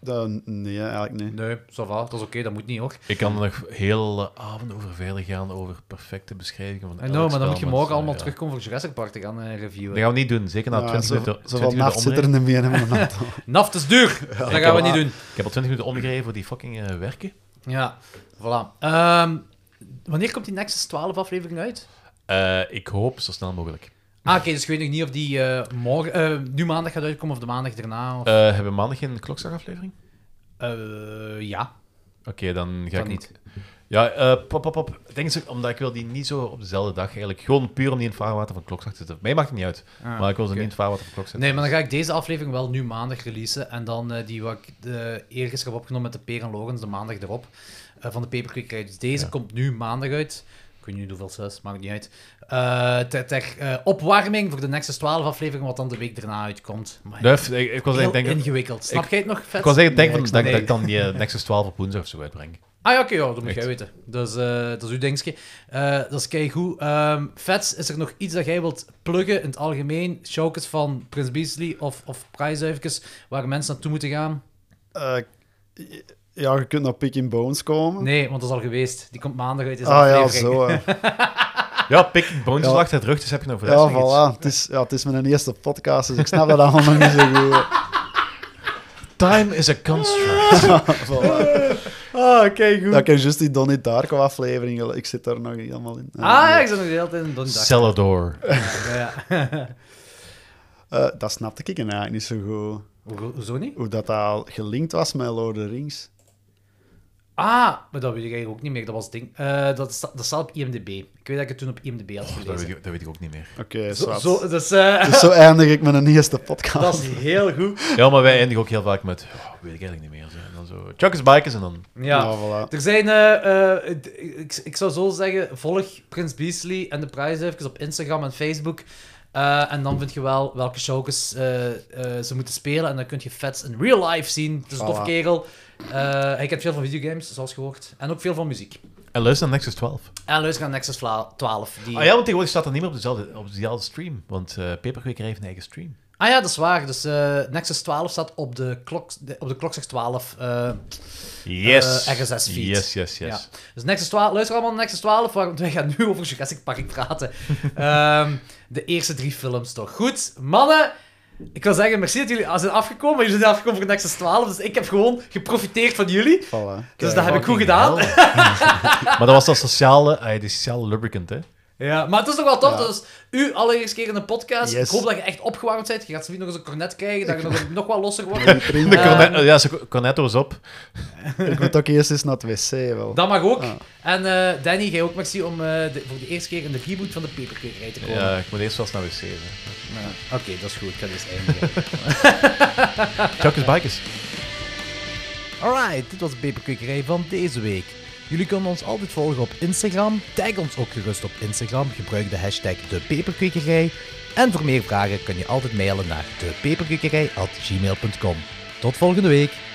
Dat- nee, eigenlijk niet. Nee, ça va, dat is oké, dat moet niet hoor. Ik kan er nog heel de avond over verder gaan, over perfecte beschrijvingen van En nou, elk maar dan spel, moet je maar morgen het is, allemaal eh, ja. terugkomen voor Jurassic Park te gaan eh, reviewen. Dat gaan we niet doen, zeker Nou, na Ja, 20 zo- minuten. 20 Zoveel nacht minuten zit er omrijden. niet meer in mijn auto. Naft is duur, dat gaan we heb- niet doen. Ik heb al 20 minuten omgereden voor die fucking eh, werken. Ja, voilà. Ehm, wanneer komt die Nexus 12 aflevering uit? Eh, ik hoop zo snel mogelijk. Ah, oké, dus ik weet nog niet of die eh, morgen, eh, nu maandag gaat uitkomen of de maandag daarna. Of, Eh, hebben we maandag geen klokslagaflevering? Eh, ja. Oké, dan ga Kan ik niet. Ja, eh pop, pop, pop. Ik Denk ze, omdat ik wil die niet zo op dezelfde dag eigenlijk. Gewoon puur om die in het vaarwater van klokslag te zetten. Mij maakt het niet uit. Ah, maar ik wil ze oké. niet in het vaarwater van klokslag Nee, maar dan ga ik deze aflevering wel nu maandag releasen. En dan eh, die wat ik de, eergisteren heb opgenomen met de Peer en Logans, de maandag erop. eh, van de Paperclip Guide. Dus deze Ja. komt nu maandag uit. Ik weet niet hoeveel zes, maakt niet uit. Eh, ter ter, eh, opwarming voor de Nexus 12 aflevering, wat dan de week daarna uitkomt. Maar Duf, ik, ik was heel eigenlijk denken, ingewikkeld. Snap ik- jij het nog vet? ik was eigenlijk denken Nee, van, dat, ik dat ik snap- dan die eh, Nexus 12 op woensdag of zo uitbreng. Ah ja, oké, ja, dat moet Echt. jij weten. Dat is, eh, dat is uw dingetje. Eh, dat is keigoed. Ehm Vets, is er nog iets dat jij wilt pluggen in het algemeen? Showcase van Prins Beasley of, of prijsduifjes waar mensen naartoe moeten gaan? Eh, ja, je kunt naar Pick in Bones komen. Nee, want dat is al geweest. Die komt maandag uit. Is ah ja, aflevering. zo. hè. Ja, pik, bones Ja. is achter het rug, dus heb je nou voor de Ja, rest nog iets. voilà. Het is, ja, het is mijn eerste podcast, dus ik snap dat allemaal nog niet zo goed. Time is a construct. Voilà. ah, oké, Dat ik juist die Donnie Darko aflevering, gel- ik zit daar nog niet helemaal in. Ah ja, ik zat nog de hele tijd in donderdag. Celador. Ja. Eh, dat snapte ik eigenlijk niet zo goed. Ho- Hoezo niet? Hoe dat al gelinkt was met Lord of the Rings. Ah, maar dat weet ik eigenlijk ook niet meer. Dat was het ding. Eh, dat, sta- dat staat op IMDb. Ik weet dat ik het toen op IMDb had Dat weet, gelezen. ik, dat weet ik ook niet meer. Oké, zo, zwart. zo, dus, eh, Dus zo eindig ik mijn eerste podcast. dat is heel goed. Ja, maar wij eindigen ook heel vaak met... oh, weet ik eigenlijk niet meer. zeg. En dan zo... Chuck is bikers en dan... Ja. voilà. Er zijn, eh, eh, d- ik, ik zou zo zeggen, volg Prins Beasley en de prijs even op Instagram en Facebook. Eh, en dan vind je wel welke showcase eh, eh, ze moeten spelen. En dan kun je Vets in real life zien. Het is een toffe Voilà. kerel. Eh, hij kent veel van videogames, zoals gehoord. En ook veel van muziek. En luister naar Nexus 12. En luister naar Nexus Vla- 12. Die... Ah ja, want tegenwoordig staat dat niet meer op dezelfde, op dezelfde stream. Want eh Peperkweker heeft een eigen stream. Ah ja, dat is waar. Dus eh, Nexus 12 staat op de, klok, de- op de klokslag 12. eh, Yes. Eh, RSS feed. Yes, yes, yes. Ja. Dus Nexus 12, luister allemaal naar Nexus 12, want wij gaan nu over Jurassic Park praten. Ehm, de eerste drie films toch. Goed, mannen. Ik wil zeggen, merci dat jullie zijn afgekomen, maar jullie zijn afgekomen voor Nexus 12, dus ik heb gewoon geprofiteerd van jullie. Voilà. Dus dat heb ik goed Fucking gedaan. hell. maar dat was dat sociale, eh, die sociale lubricant, hè? Ja, maar het is toch wel tof, Ja. dat is uw allereerste keer in een podcast. Yes. Ik hoop dat je echt opgewarmd bent. Je gaat zo nog eens een cornet krijgen, dat je nog, nog wel losser wordt. Ik drink- De Eh, cornet- ja, ze cornetto is op. Ik moet ook eerst eens naar het wc wel. Dat mag ook. Ja. En eh, Danny, jij ook merci om eh, de- voor de eerste keer in de reboot van de Paperclip te komen. Ja, ik moet eerst wel eens naar wc. hè. Oké, dat is goed. Ik ga deze eindigen. Chuck E is bikers. Alright, dit was de Peperkwekerij van deze week. Jullie kunnen ons altijd volgen op Instagram. Tag ons ook gerust op Instagram. Gebruik de hashtag de Peperkwekerij. En voor meer vragen kun je altijd mailen naar depeperkwekerij.gmail.com. Tot volgende week.